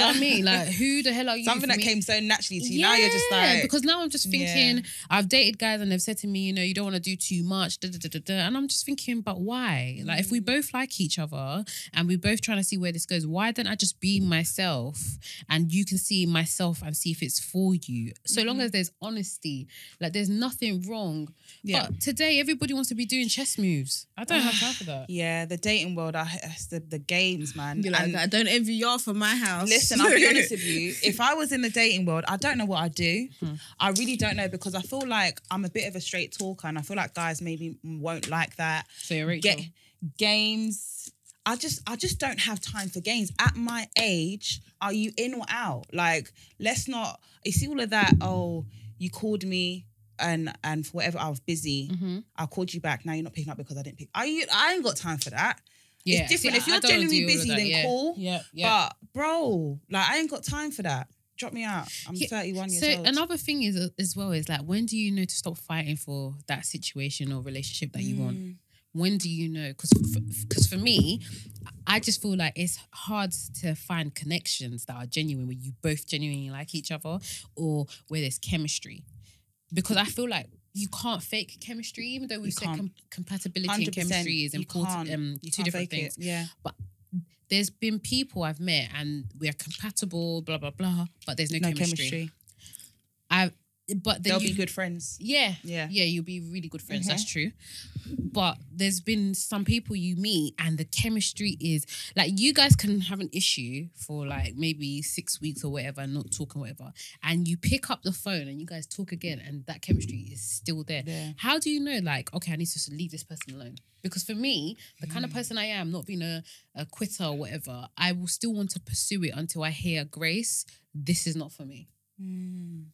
Speaker 2: what I mean? Like, who the hell are you? for
Speaker 4: Something that
Speaker 2: me?
Speaker 4: came so naturally to you. Now you're just
Speaker 2: Yeah,
Speaker 4: like
Speaker 2: because now I'm just thinking I've dated guys and they've said to me, you know, you don't want to do too much, da, da, da, da, da. and I'm just thinking, but why? Like,
Speaker 4: Mm.
Speaker 2: if we both like each other and we're both trying to see where this goes, why don't I just be myself and you can see myself and see if it's for you? So
Speaker 4: Mm-hmm.
Speaker 2: long as there's honesty, like there's nothing wrong.
Speaker 4: Yeah.
Speaker 2: But today, everybody wants to be doing chess moves. I don't have time for that.
Speaker 4: yeah, the dating world, I it's the, the games, man.
Speaker 3: Be like
Speaker 4: And
Speaker 3: that. I don't envy y'all from my house.
Speaker 4: Listen, I'll be honest with you. If I was in the dating world, I don't know what I'd do.
Speaker 2: Hmm.
Speaker 4: I really don't know because I feel like I'm a bit of a straight talker and I feel like guys maybe won't like that.
Speaker 2: So you're Rachel.
Speaker 4: Get games. I just I just don't have time for games. At my age, are you in or out? Like, let's not you see all of that, oh, you called me and and for whatever I was busy.
Speaker 2: hmm
Speaker 4: I called you back. Now you're not picking up because I didn't pick. Are you I ain't got time for that.
Speaker 2: Yeah,
Speaker 4: it's different.
Speaker 2: see,
Speaker 4: if
Speaker 2: I- I
Speaker 4: you're
Speaker 2: don't wanna
Speaker 4: genuinely
Speaker 2: do all of
Speaker 4: busy,
Speaker 2: that.
Speaker 4: then
Speaker 2: yeah.
Speaker 4: call.
Speaker 2: Yeah, yeah.
Speaker 4: But bro, like I ain't got time for that. Drop me out. I'm
Speaker 2: Yeah,
Speaker 4: 31 years
Speaker 2: so
Speaker 4: old.
Speaker 2: another thing is uh, as well is like when do you know to stop fighting for that situation or relationship that you want?
Speaker 4: Mm.
Speaker 2: When do you know? Because because for me, I just feel like it's hard to find connections that are genuine where you both genuinely like each other or where there's chemistry. Because I feel like you can't fake chemistry, even though we
Speaker 4: You
Speaker 2: said
Speaker 4: can't.
Speaker 2: com- compatibility
Speaker 4: 100%.
Speaker 2: and chemistry is
Speaker 4: You
Speaker 2: important.
Speaker 4: can't-
Speaker 2: Um,
Speaker 4: you
Speaker 2: two
Speaker 4: can't
Speaker 2: different
Speaker 4: fake
Speaker 2: things
Speaker 4: it. Yeah.
Speaker 2: there's been people I've met and we're compatible, blah blah blah, but there's no,
Speaker 4: No
Speaker 2: chemistry.
Speaker 4: chemistry.
Speaker 2: I but then
Speaker 4: They'll
Speaker 2: you,
Speaker 4: be good friends.
Speaker 2: Yeah,
Speaker 4: Yeah.
Speaker 2: yeah, you'll be really good friends. That's true. But there's been some people you meet and the chemistry is like you guys can have an issue for like maybe six weeks or whatever, not talking whatever, and you pick up the phone and you guys talk again, and that chemistry is still there.
Speaker 4: Yeah.
Speaker 2: How do you know, like, okay, I need to just leave this person alone? Because for me, the kind of person I am, not being a, a quitter or whatever, I will still want to pursue it until I hear grace. This is not for me.
Speaker 4: Mm.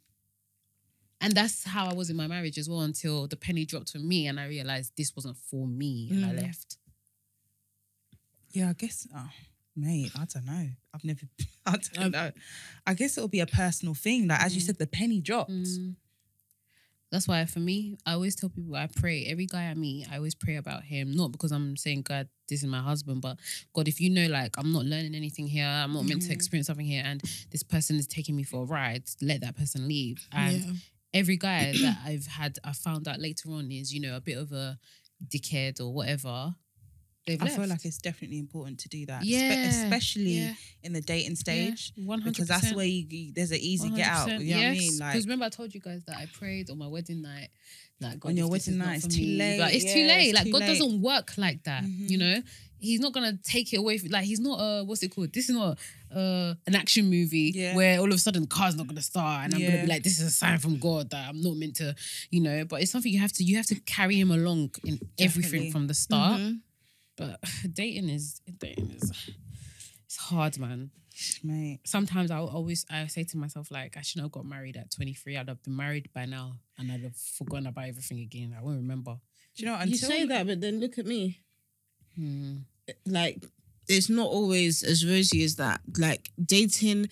Speaker 2: And that's how I was in my marriage as well until the penny dropped for me and I realized this wasn't for me and I
Speaker 3: Mm.
Speaker 2: left.
Speaker 4: Yeah, I guess. Oh, mate, I don't know. I've never. I don't
Speaker 3: Um,
Speaker 4: know. I guess it'll be a personal thing. Like as
Speaker 3: Mm.
Speaker 4: you said, the penny dropped.
Speaker 2: That's why for me, I always tell people I pray. Every guy I meet, I always pray about him. Not because I'm saying, God, this is my husband, but God, if you know, like, I'm not learning anything here, I'm not meant to
Speaker 4: Mhm.
Speaker 2: experience something here, and this person is taking me for a ride, let that person leave. And every guy that I've had, I found out later on is, you know, a bit of a dickhead or whatever. They've
Speaker 4: I
Speaker 2: left.
Speaker 4: feel like it's definitely important to do that. Espe-
Speaker 2: Yeah,
Speaker 4: especially
Speaker 2: yeah.
Speaker 4: in the dating stage.
Speaker 2: One hundred
Speaker 4: Because that's where you, you- there's an easy get out. You know what I mean? Like
Speaker 2: because remember I told you guys that I prayed on my wedding night. Like God,
Speaker 4: On your
Speaker 2: if this
Speaker 4: wedding
Speaker 2: is not
Speaker 4: night,
Speaker 2: for
Speaker 4: it's too
Speaker 2: me,
Speaker 4: late.
Speaker 2: Like, it's too
Speaker 4: Yeah,
Speaker 2: late.
Speaker 4: it's
Speaker 2: Like
Speaker 4: too
Speaker 2: God
Speaker 4: late.
Speaker 2: doesn't work like that. You
Speaker 4: Mhm.
Speaker 2: know, He's not gonna take it away. From, like He's not a what's it called? This is not uh, an action movie
Speaker 4: Yeah.
Speaker 2: where all of a sudden the car's not gonna start, and I'm gonna
Speaker 4: Yeah.
Speaker 2: be like, this is a sign from God that I'm not meant to, you know. But it's something you have to you have to carry him along in everything
Speaker 4: Definitely. Mm-hmm.
Speaker 2: from the start.
Speaker 3: Mm-hmm.
Speaker 2: But dating is dating is it's hard, man
Speaker 4: mate.
Speaker 2: sometimes I will always I say to myself like I shouldn't have got married at 23. I'd have been married by now and I'd have forgotten about everything again. I won't remember.
Speaker 4: Do you know
Speaker 3: You
Speaker 4: until
Speaker 3: say that, but then look at me.
Speaker 2: Hmm.
Speaker 3: Like, it's not always as rosy as that. Like, dating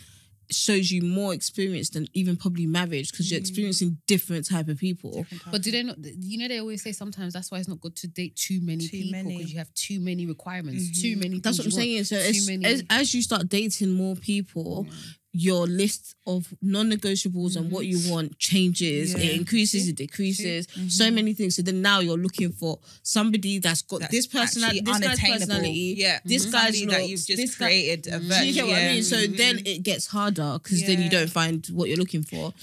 Speaker 3: shows you more experience than even probably marriage because
Speaker 4: Mm.
Speaker 3: you're experiencing different type of people.
Speaker 2: But do they not? You know, they always say sometimes that's why it's not good to date too many
Speaker 4: Too
Speaker 2: people
Speaker 4: many.
Speaker 2: because you have too many requirements, too
Speaker 4: Mhm.
Speaker 2: many.
Speaker 3: That's what I'm
Speaker 2: things you
Speaker 3: saying. So
Speaker 2: too
Speaker 3: it's,
Speaker 2: many-
Speaker 3: as, as you start dating more people,
Speaker 2: want.
Speaker 3: your list of non-negotiables and what you want changes.
Speaker 4: Mm. Yeah.
Speaker 3: It increases, it decreases,
Speaker 4: Mm-hmm.
Speaker 3: so many things. So then now you're looking for somebody that's got
Speaker 4: That's
Speaker 3: this personality,
Speaker 4: actually
Speaker 3: this guy's
Speaker 4: unattainable.
Speaker 3: personality,
Speaker 4: Yeah. Mm-hmm.
Speaker 3: this guy's
Speaker 4: Somebody
Speaker 3: looks,
Speaker 4: that you've
Speaker 3: this
Speaker 4: just
Speaker 3: guy- Mm-hmm.
Speaker 4: created a
Speaker 3: do you
Speaker 4: virtue.
Speaker 3: get what I mean? So then it gets harder because then you
Speaker 4: mm-hmm. Yeah.
Speaker 3: don't find what you're looking for.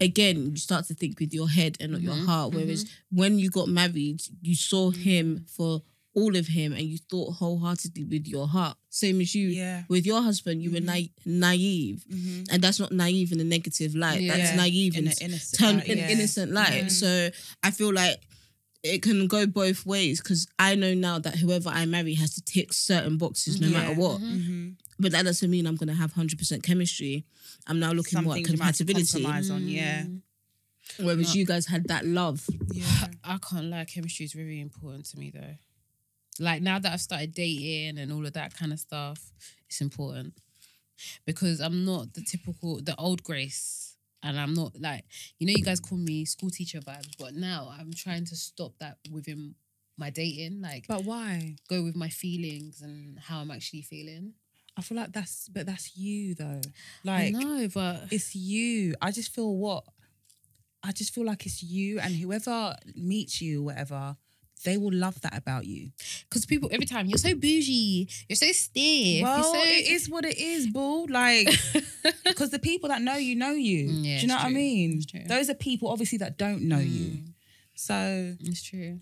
Speaker 3: Again, you start to think with your head and not
Speaker 4: Mm-hmm.
Speaker 3: your heart. Whereas when you got married, you saw
Speaker 4: Mm.
Speaker 3: him for all of him and you thought wholeheartedly with your heart. Same as you
Speaker 4: Yeah.
Speaker 3: with your husband, you were na- naive.
Speaker 4: Mhm.
Speaker 3: And that's not naive in a negative light. That's
Speaker 4: Yeah.
Speaker 3: naive in,
Speaker 4: In an
Speaker 3: s-
Speaker 4: innocent
Speaker 3: turn
Speaker 4: light,
Speaker 3: in
Speaker 4: yeah.
Speaker 3: innocent light. So I feel like it can go both ways because I know now that whoever I marry has to tick certain boxes no
Speaker 2: Mm-hmm.
Speaker 4: Yeah.
Speaker 3: matter what
Speaker 4: Mhm.
Speaker 3: but that doesn't mean I'm gonna have hundred percent chemistry. I'm now looking more at
Speaker 4: Something you might have to
Speaker 3: compatibility.
Speaker 4: compromise on, yeah.
Speaker 3: Whereas you guys had that love.
Speaker 4: Yeah.
Speaker 2: I can't lie, chemistry is really important to me though. Like now that I've started dating and all of that kind of stuff, it's important because I'm not the typical, the old Grace, and I'm not like you know you guys call me school teacher vibes, but now I'm trying to stop that within my dating, like
Speaker 5: But why?
Speaker 2: go with my feelings and how I'm actually feeling.
Speaker 5: I feel like that's but that's you though.
Speaker 2: I
Speaker 5: Like
Speaker 2: know, but
Speaker 4: it's you. I just feel what I just feel like it's you and whoever meets you, whatever, they will love that about you.
Speaker 2: because people every time you're so bougie, you're so stiff.
Speaker 4: well,
Speaker 2: you're so,
Speaker 4: it is what it is, boo. Like, because the people that know you know you.
Speaker 2: Mm, yeah,
Speaker 4: Do
Speaker 2: it's
Speaker 4: you know what I
Speaker 2: true.
Speaker 4: mean?
Speaker 2: It's true. Mm.
Speaker 4: Those are people obviously that don't know you. So,
Speaker 2: It's true.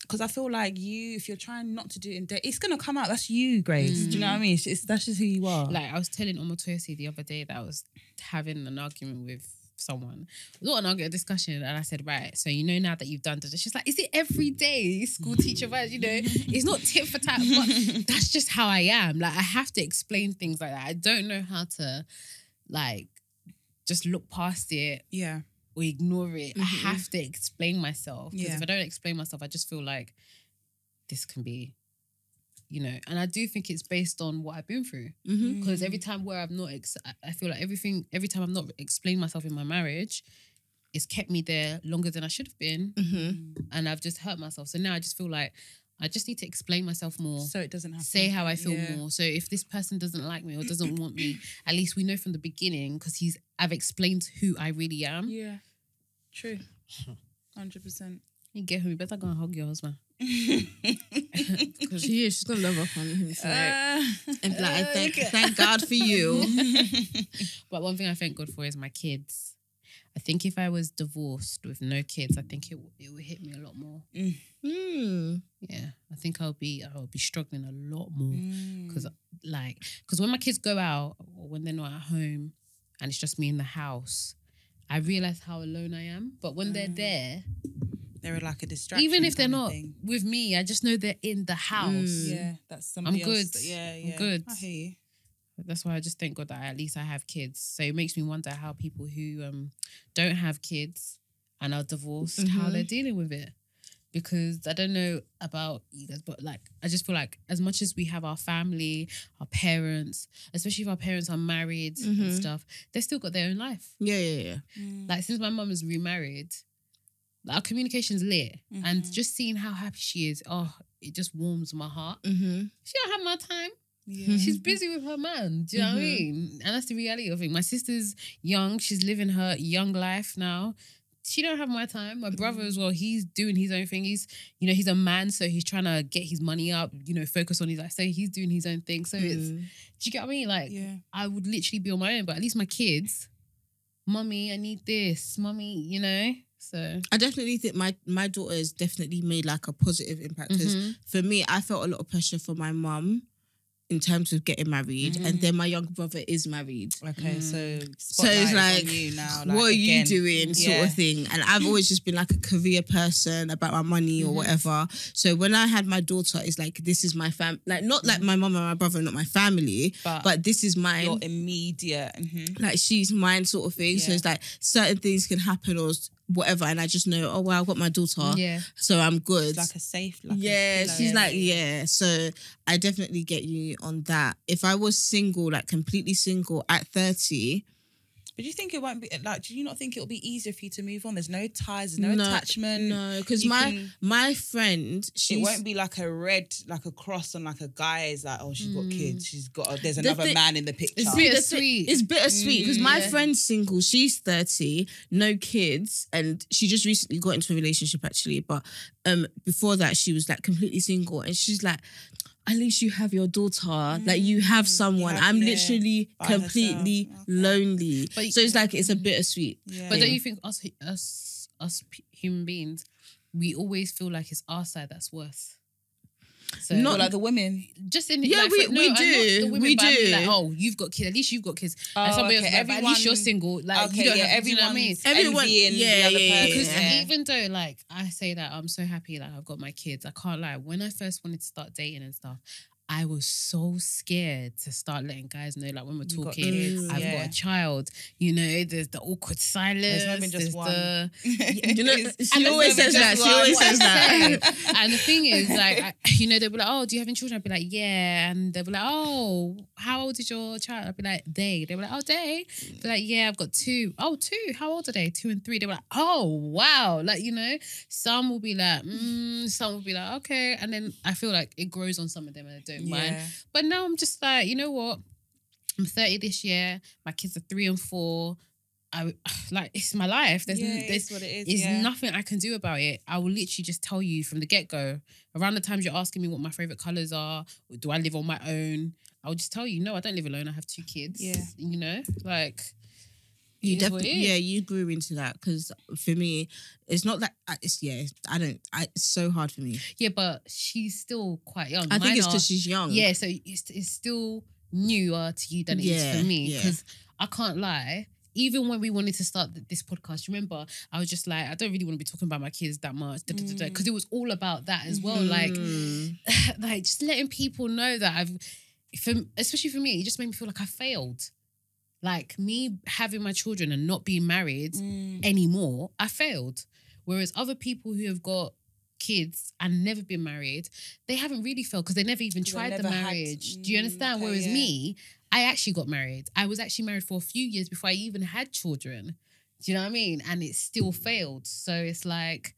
Speaker 4: because I feel like you, if you're trying not to do it in date, it's gonna come out. That's you, Grace. Do you know what I mean? It's, it's- that's just who you are.
Speaker 2: Mm. Like I was telling Omotoyosi the other day that I was having an argument with someone, not an argument, a discussion, and I said, right, so you know now that you've done this, she's like, is it every day school teacher vibes? You know, it's not tit for tat, but that's just how I am. Like I have to explain things like that. I don't know how to, like, just look past it
Speaker 4: yeah,
Speaker 2: or ignore it. I have to explain myself. Because
Speaker 4: Yeah.
Speaker 2: if I don't explain myself, I just feel like this can be, you know, and I do think it's based on what I've been through.
Speaker 3: Mhm.
Speaker 2: Because every
Speaker 4: Mm.
Speaker 2: time where I've not, ex- I- I feel like everything, every time I've not explained myself in my marriage, it's kept me there longer than I should have been.
Speaker 3: Mm-hmm.
Speaker 4: Mm.
Speaker 2: And I've just hurt myself. So now I just feel like I just need to explain myself more
Speaker 4: so it doesn't have
Speaker 2: say how I feel
Speaker 4: Yeah.
Speaker 2: more. So if this person doesn't like me or doesn't want me, at least we know from the beginning because he's I've explained who I really am.
Speaker 4: Yeah, true, hundred percent.
Speaker 2: You get home, you better go and hug your husband.
Speaker 3: She is. She's gonna love up on him. It's like- and be like, I
Speaker 4: uh,
Speaker 3: thank,
Speaker 4: look at-
Speaker 3: thank God for you.
Speaker 2: But one thing I thank God for is my kids. I think if I was divorced with no kids, I think it w- it would hit me a lot more.
Speaker 3: Mm.
Speaker 2: Yeah, I think I'll be I'll be struggling a lot more
Speaker 4: Mm.
Speaker 2: because like because when my kids go out or when they're not at home and it's just me in the house, I realize how alone I am. But when they're there,
Speaker 4: They're like a distraction.
Speaker 2: even if they're
Speaker 4: kind of
Speaker 2: not
Speaker 4: thing.
Speaker 2: with me, I just know they're in the house.
Speaker 3: Mm.
Speaker 4: Yeah, that's somebody
Speaker 2: I'm
Speaker 4: else.
Speaker 2: good.
Speaker 4: Yeah,
Speaker 2: I'm
Speaker 4: yeah.
Speaker 2: good.
Speaker 4: I hear you.
Speaker 2: That's why I just thank God that I, at least I have kids. So it makes me wonder how people who um don't have kids and are divorced, how
Speaker 3: Mhm.
Speaker 2: they're dealing with it. Because I don't know about you guys, but like I just feel like as much as we have our family, our parents, especially if our parents are married and
Speaker 3: Mhm.
Speaker 2: stuff, they still got their own life.
Speaker 3: Yeah, yeah, yeah.
Speaker 4: Mm.
Speaker 2: Like since my mum is remarried, our communication's lit, and
Speaker 4: Mhm.
Speaker 2: just seeing how happy she is, oh, it just warms my heart.
Speaker 3: Mm-hmm.
Speaker 2: She don't have my time.
Speaker 4: Yeah.
Speaker 2: She's busy with her man. Do you know what I
Speaker 3: Mhm.
Speaker 2: mean? And that's the reality of it. My sister's young. She's living her young life now. She don't have my time. My brother as well. He's doing his own thing. He's, you know, he's a man, so he's trying to get his money up. You know, focus on his life. So he's doing his own thing. So
Speaker 3: Mm-hmm.
Speaker 2: it's, do you get what I mean? Like,
Speaker 4: yeah.
Speaker 2: I would literally be on my own. But at least my kids, mommy, I need this, mommy, you know. So
Speaker 3: I definitely think my my daughter has definitely made like a positive impact. 'cause
Speaker 4: Mm-hmm.
Speaker 2: Mhm.
Speaker 3: For me, I felt a lot of pressure from my mum in terms of getting married,
Speaker 4: Mm.
Speaker 3: and then my younger brother is married.
Speaker 4: Okay, so
Speaker 3: So it's like, what are you doing, sort
Speaker 4: Yeah.
Speaker 3: of thing. And I've always just been like a career person about my money
Speaker 4: Mm-hmm.
Speaker 3: or whatever. So when I had my daughter, it's like this is my fam, like not like my mum and my brother, not my family, but,
Speaker 4: Mm-hmm. But
Speaker 3: this is mine.
Speaker 4: Your immediate. mhm.
Speaker 3: like she's mine, sort of thing. So
Speaker 4: Yeah.
Speaker 3: it's like certain things can happen or s- whatever, and I just know, oh well, I've got my daughter,
Speaker 2: yeah,
Speaker 3: so I'm good.
Speaker 4: It's like a safe. Like a
Speaker 3: yeah,
Speaker 4: pillow.
Speaker 3: she's like, yeah. So I definitely get you on that. If I was single, like completely single at 30,
Speaker 4: But do you think it won't be like? Do you not think it'll be easier for you to move on? There's no ties, there's no,
Speaker 3: No,
Speaker 4: attachment.
Speaker 3: No, because
Speaker 4: You
Speaker 3: my
Speaker 4: can-
Speaker 3: my friend, she
Speaker 4: it won't be like a red, like a cross on like a guy's like, oh, she's got kids, she's got. Oh, there's
Speaker 3: The
Speaker 4: another
Speaker 3: thing-
Speaker 4: man in the picture.
Speaker 2: bit- bittersweet.
Speaker 3: It's bittersweet because
Speaker 2: Mm,
Speaker 3: my
Speaker 2: yeah.
Speaker 3: friend's single. She's thirty, no kids, and she just recently got into a relationship actually. But um, before that, she was like completely single, and she's like. At least you have your daughter, like Mm, you have someone.
Speaker 4: have
Speaker 3: I'm
Speaker 4: Liv
Speaker 3: literally
Speaker 4: by herself.
Speaker 3: completely
Speaker 4: Okay.
Speaker 3: lonely.
Speaker 2: But-
Speaker 3: so it's like it's a bittersweet.
Speaker 4: Yeah.
Speaker 2: But don't you think us us us p- human beings, we always feel like it's our side that's worse. So
Speaker 3: Not-
Speaker 4: Well, like the women.
Speaker 2: just in
Speaker 3: Yeah,
Speaker 2: like,
Speaker 3: we-
Speaker 2: for- no,
Speaker 3: we
Speaker 2: I know
Speaker 3: do.
Speaker 2: the women,
Speaker 3: We
Speaker 2: but I mean, like,
Speaker 3: do.
Speaker 2: oh, you've got kids. At least you've got kids. and
Speaker 4: Oh,
Speaker 2: somebody else
Speaker 4: okay,
Speaker 2: is like, but at least you're
Speaker 4: everyone-
Speaker 2: single. Like
Speaker 4: okay,
Speaker 2: you don't
Speaker 4: yeah,
Speaker 2: have, do you know what I
Speaker 4: everyone's
Speaker 2: mean?
Speaker 3: Everyone-
Speaker 4: envying
Speaker 3: yeah,
Speaker 4: the other
Speaker 3: yeah, yeah,
Speaker 4: person.
Speaker 2: Because
Speaker 3: yeah.
Speaker 2: even though like I say that I'm so happy like I've got my kids, I can't lie. When I first wanted to start dating and stuff, I was so scared to start letting guys know like when we're
Speaker 4: You've got
Speaker 2: talking.
Speaker 4: kids,
Speaker 2: I've
Speaker 4: yeah.
Speaker 2: got a child, you know. There's the awkward silence.
Speaker 4: not been just
Speaker 2: there's
Speaker 4: one.
Speaker 2: the-
Speaker 3: You know,
Speaker 4: It's-
Speaker 3: she always
Speaker 4: there's
Speaker 3: says that.
Speaker 4: just
Speaker 3: She always
Speaker 4: one.
Speaker 3: says that.
Speaker 2: and the thing is, like, I, you know, they'll be like, "Oh, do you have any children?" I'd be like, "Yeah," and they'll be like, "Oh, how old is your child?" I'd be like, "They." They'll be like, "Oh, they." They're like, "Yeah, I've got two. Oh, two. How old are they? Two and three. They're like, "Oh, wow!" Like, you know, some will be like, mm, some will be like, "Okay," and then I feel like it grows on some of them, and I don't mind.
Speaker 4: Yeah.
Speaker 2: But now I'm just like, you know what? I'm 30 this year. My kids are three and four. I like it's my life. There's
Speaker 4: Yeah,
Speaker 2: there's
Speaker 4: it's what it is.
Speaker 2: there's
Speaker 4: yeah.
Speaker 2: nothing I can do about it. I will literally just tell you from the get go. Around the times you're asking me what my favorite colors are, do I live on my own? I'll just tell you, no, I don't live alone. I have two kids.
Speaker 4: Yeah.
Speaker 2: You know, like
Speaker 3: You
Speaker 2: It is what it
Speaker 3: definitely,
Speaker 2: is.
Speaker 3: yeah, you grew into that because for me, it's not that I- it's yeah, I don't, I, it's so hard for me.
Speaker 2: yeah, but she's still quite young.
Speaker 3: I think
Speaker 2: Mine
Speaker 3: it's
Speaker 2: are-
Speaker 3: because she's young.
Speaker 2: Yeah, so it's, it's still newer to you than it is
Speaker 3: Yeah,
Speaker 2: for me.
Speaker 3: yeah.
Speaker 2: Because I can't lie, even when we wanted to start th- this podcast, remember, I was just like, I don't really want to be talking about my kids that much. Because it was all about that as well.
Speaker 3: Mm.
Speaker 2: Like, like just letting people know that I've, for, especially for me, it just made me feel like I failed. Like me having my children and not being married
Speaker 4: Mm.
Speaker 2: anymore, I failed. Whereas other people who have got kids and never been married, they haven't really failed because they never even
Speaker 4: 'Cause they
Speaker 2: tried the
Speaker 4: never had-
Speaker 2: marriage. Do you
Speaker 4: Mm,
Speaker 2: understand?
Speaker 4: okay,
Speaker 2: Whereas
Speaker 4: yeah.
Speaker 2: me, I actually got married. I was actually married for a few years before I even had children. Do you know what I mean? And it still failed. So it's like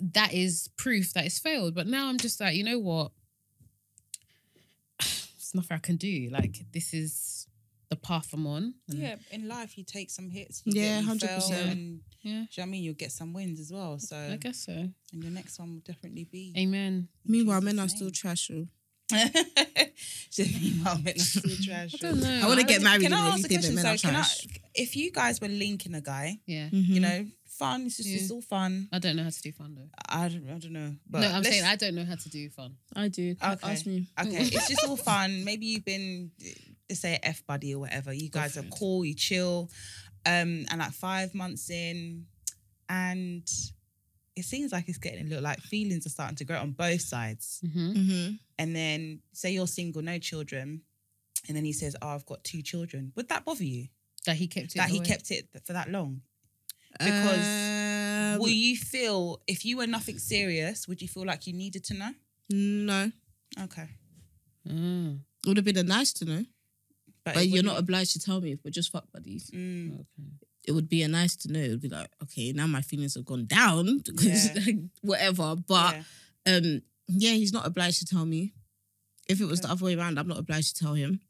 Speaker 2: that is proof that it's failed. But now I'm just like, you know what? There's nothing I can do. Like this is the path I'm on. And
Speaker 4: Yeah, in life you take some hits. You
Speaker 3: Yeah,
Speaker 4: get, you
Speaker 3: 100%.
Speaker 4: fail, and do
Speaker 2: Yeah.
Speaker 4: you know what I mean you'll get some wins as well. So
Speaker 2: I guess so.
Speaker 4: and your next one will definitely be.
Speaker 2: Amen.
Speaker 3: Meanwhile,
Speaker 4: Jesus'
Speaker 3: men are
Speaker 4: name.
Speaker 3: still trash. oh.
Speaker 4: She said, meanwhile, men are still trash.
Speaker 2: I don't know.
Speaker 3: I want to
Speaker 2: don't-
Speaker 3: get married.
Speaker 4: Can
Speaker 3: and
Speaker 4: I
Speaker 3: really
Speaker 4: ask a
Speaker 3: think that
Speaker 4: question?
Speaker 3: men are
Speaker 4: So, can I,
Speaker 3: trash.
Speaker 4: if you guys were linking a guy,
Speaker 2: Yeah.
Speaker 3: Mhm.
Speaker 4: you know, fun. It's just
Speaker 2: Yeah.
Speaker 4: it's all fun.
Speaker 2: I don't know how to do fun though.
Speaker 4: I don't, I don't know. Uh, But
Speaker 2: no, I'm
Speaker 4: let's-
Speaker 2: saying I don't know how to do fun.
Speaker 5: I do.
Speaker 4: Can't Okay. ask
Speaker 5: Ask me.
Speaker 4: Okay, it's just all fun. Maybe you've been, let's say, a F buddy or whatever. You guys are cool, you chill. Um, and like five months in, and it seems like it's getting a little like feelings are starting to grow on both sides.
Speaker 2: Mm-hmm.
Speaker 3: Mhm.
Speaker 4: And then, say you're single, no children. And then he says, Oh, I've got two children. Would that bother you
Speaker 2: That he kept it.
Speaker 4: that he
Speaker 2: away.
Speaker 4: kept it th- for that long? Because
Speaker 3: Um,
Speaker 4: Will you feel, if you were nothing serious, would you feel like you needed to know?
Speaker 3: no,
Speaker 4: Okay.
Speaker 2: Mm.
Speaker 3: it would have been a nice to know,
Speaker 4: it
Speaker 3: but you're
Speaker 4: wouldn't-
Speaker 3: not obliged to tell me. If we're just fuck buddies,
Speaker 4: Mm.
Speaker 2: Okay.
Speaker 3: it would be a nice to know. It would be like, okay, now my feelings have gone down because
Speaker 4: Yeah.
Speaker 3: like, whatever. But
Speaker 4: Yeah.
Speaker 3: um, yeah, he's not obliged to tell me. If it was
Speaker 4: Okay.
Speaker 3: the other way around, I'm not obliged to tell him